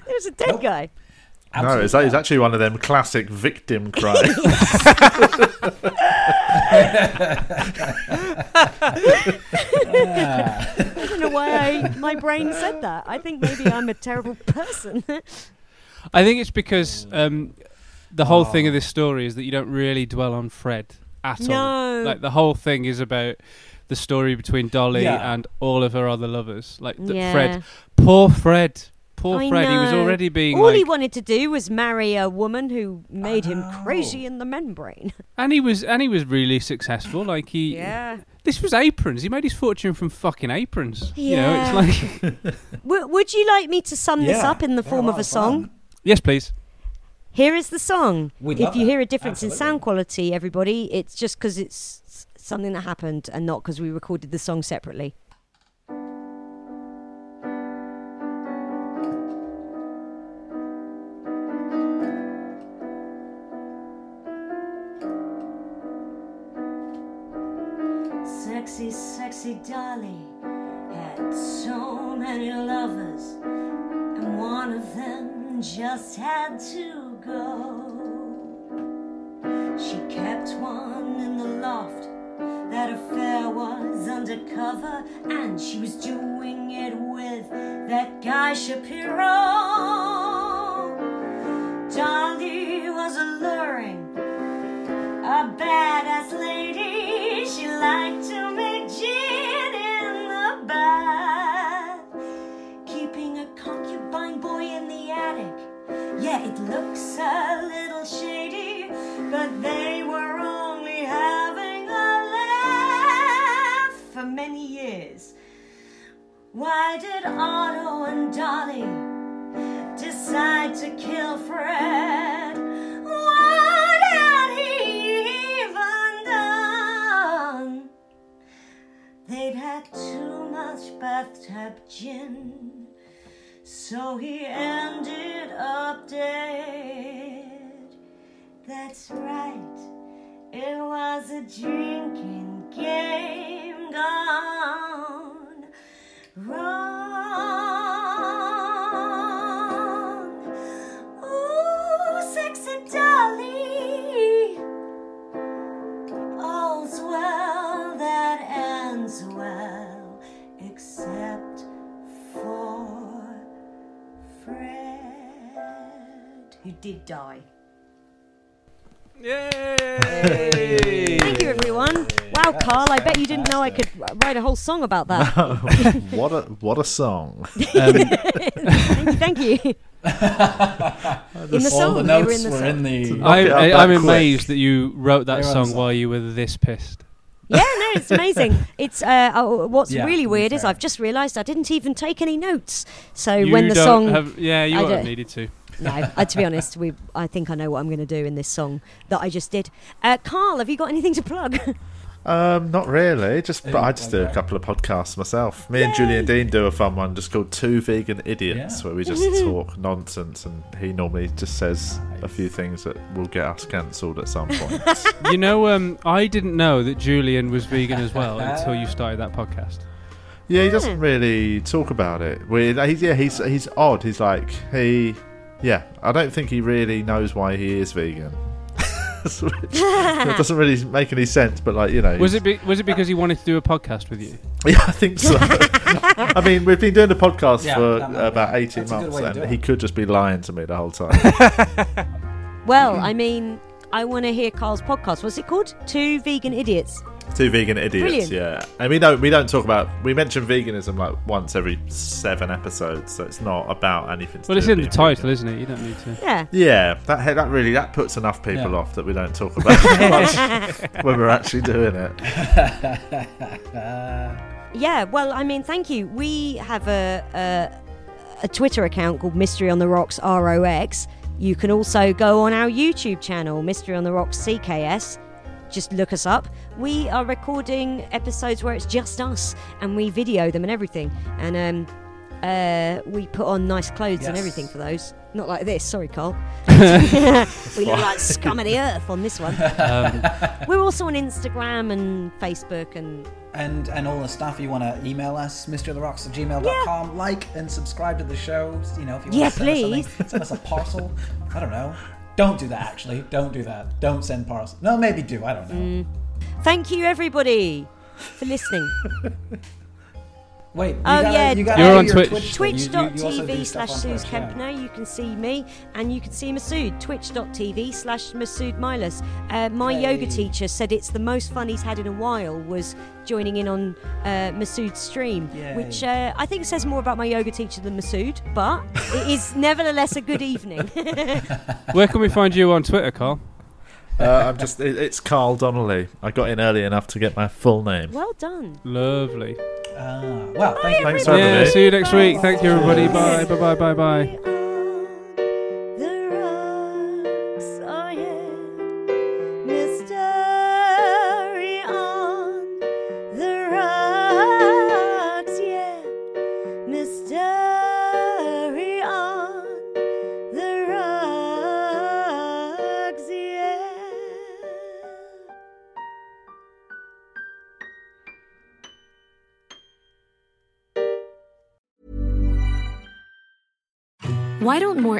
S2: There was a dead
S1: Nope.
S2: guy.
S4: no,
S1: Absolutely
S4: it's, that it's
S1: not.
S4: actually one of them classic victim crimes.
S2: I don't know why I, my brain said that. I think maybe I'm a terrible person.
S3: I think it's because
S2: Mm.
S3: um, the whole thing
S2: Ah.
S3: of this story is that you don't really dwell on Fred at all.
S2: No.
S3: Like the whole thing is about the story between Dolly
S1: Yeah.
S3: and all of her other lovers. Like th-
S2: Yeah.
S3: Fred, poor Fred, poor
S2: I
S3: Fred. He was
S2: know.
S3: already being
S2: All
S3: like,
S2: he wanted to do was marry a woman who made him
S1: Oh.
S2: crazy
S1: know.
S2: in the membrane.
S3: and he was, and he was really successful. Like he, This was aprons. He made his fortune from fucking aprons. You know, it's like
S2: W- would you like me to sum this
S1: Yeah,
S2: up in the
S1: they're
S2: form
S1: lot
S2: of a song?
S1: fun.
S3: yes, please.
S2: Here is the song.
S1: We'd
S2: if
S1: love
S2: you
S1: that.
S2: hear a difference in
S1: Absolutely.
S2: sound quality, everybody, it's just because it's s- something that happened and not because we recorded the song separately. Sexy, sexy Dolly had so many lovers, and one of them just had to go. She kept one in the loft. That affair was undercover, and she was doing it with that guy Shapiro. Dolly was alluring, a badass lady, she liked to make gin in the bath. Keeping a concubine boy in the attic. Yeah, it looks a little shady, but they were only having a laugh for many years. Why did Otto and Dolly? decide to kill Fred. What had he even done? They'd had too much bathtub gin, so he ended up dead. That's right, it was a drinking game gone wrong. Ooh, sexy dolly. All's well that ends well, except for Fred, who did die.
S3: Yay!
S2: Thank you, everyone. Wow, Carl, I bet you didn't know I could write a whole song about that.
S4: what a what a song!
S2: Thank you. in the
S1: All
S2: song,
S1: the
S2: they were
S1: notes
S2: in the
S1: were
S2: song.
S1: in the.
S3: I,
S4: Knock it out
S3: I, I'm
S4: that quick.
S3: amazed that you wrote that
S1: They were on
S3: song,
S1: the song.
S3: while you were this pissed.
S2: Yeah, no, it's amazing. It's uh, oh, what's
S1: Yeah,
S2: really
S1: to be
S2: weird is
S1: fair.
S2: I've just realised I didn't even take any notes. So
S3: you
S2: when the
S3: don't
S2: song,
S3: have, yeah, you
S2: I
S3: would have
S2: don't-
S3: needed to.
S2: no, uh, to be honest, we I think I know what I'm going to do in this song that I just did. Uh, Carl, have you got anything to plug?
S4: Um, not really. Just but I just do a
S1: okay.
S4: couple of podcasts myself. Me and Julian Dean do a fun one just called Two Vegan Idiots,
S1: Yeah.
S4: where we just talk nonsense, and he normally just says a few things that will get us cancelled at some point.
S3: you know, um, I didn't know that Julian was vegan as well until you started that podcast.
S4: yeah, he doesn't really talk about it. We, he's, yeah, he's he's odd. He's like he, yeah. I don't think he really knows why he is vegan. it doesn't really make any sense, but like you know,
S3: Was
S4: he's-
S3: it be, was it because he wanted to do a podcast with you?
S4: Yeah, I think so. I mean, we've been doing the podcast
S1: Yeah,
S4: for
S1: that might
S4: about
S1: be-
S4: 18
S1: that's a good
S4: months,
S1: way to do
S4: and
S1: it.
S4: he could just be lying to me the whole time.
S2: well, I mean, I want to hear Carl's podcast. What's it called? Two vegan idiots.
S4: Two vegan idiots,
S2: Brilliant.
S4: yeah. And we don't we don't talk about we mention veganism like once every seven episodes, so it's not about anything. To
S3: Well,
S4: do
S3: it's
S4: with
S3: in the
S4: being
S3: title,
S4: vegan.
S3: isn't it? You don't need to.
S2: Yeah.
S4: Yeah, that he- that really that puts enough people
S1: Yeah.
S4: off that we don't talk about it much when we're actually doing it.
S2: Yeah, well, I mean, thank you. We have a a, a Twitter account called Mystery on the Rocks ROX. You can also go on our YouTube channel, Mystery on the Rocks CKS. Just look us up. We are recording episodes where it's just us, and we video them and everything. And um, uh, we put on nice clothes and
S1: Yes.
S2: everything for those. Not like this, sorry, Cole. we look like scum of the earth on this one. We're also on Instagram and Facebook and
S1: And and all the stuff you want to email us, mrtherocks at gmail.com. Like and subscribe to the show. You know, if you want
S2: Yeah,
S1: to send us something, send us a parcel. I don't know. Don't do that, actually. Don't do that. Don't send parcels. No, maybe do.
S2: Mm.
S1: I don't know.
S2: Thank you, everybody, for listening.
S1: Wait. You
S2: Oh,
S1: gotta,
S2: yeah.
S1: You gotta
S3: You're
S1: do
S3: on
S1: your
S3: Twitch.
S1: Twitch thing. You- you- you also do
S2: twitch.tv
S1: stuff
S2: slash
S1: on
S2: Suze
S1: Twitch, yeah.
S2: Kempner. You can see me and you can see Masood. Twitch.tv slash Masood Milas. Uh, my yoga teacher said it's the most fun he's had in a while was joining in on uh, Masood's stream,
S1: Yay.
S2: which uh, I think says more about my yoga teacher than Masood, but it is nevertheless a good evening.
S3: Where can we find you on Twitter, Carl?
S4: Uh, I'm just. It, it's Carl Donnelly. I got in early enough to get my full name.
S2: well done.
S3: Lovely.
S1: Ah, well, thank you.
S4: Thanks,
S2: Bye,
S3: Yeah,
S4: everybody.
S3: see you next week. Thank you, everybody. Bye,
S2: Cheers.
S3: bye, bye, bye, bye.
S2: The rocks are hid, mystery on the rocks, yeah, mystery on the rocks, yeah.
S7: Why don't more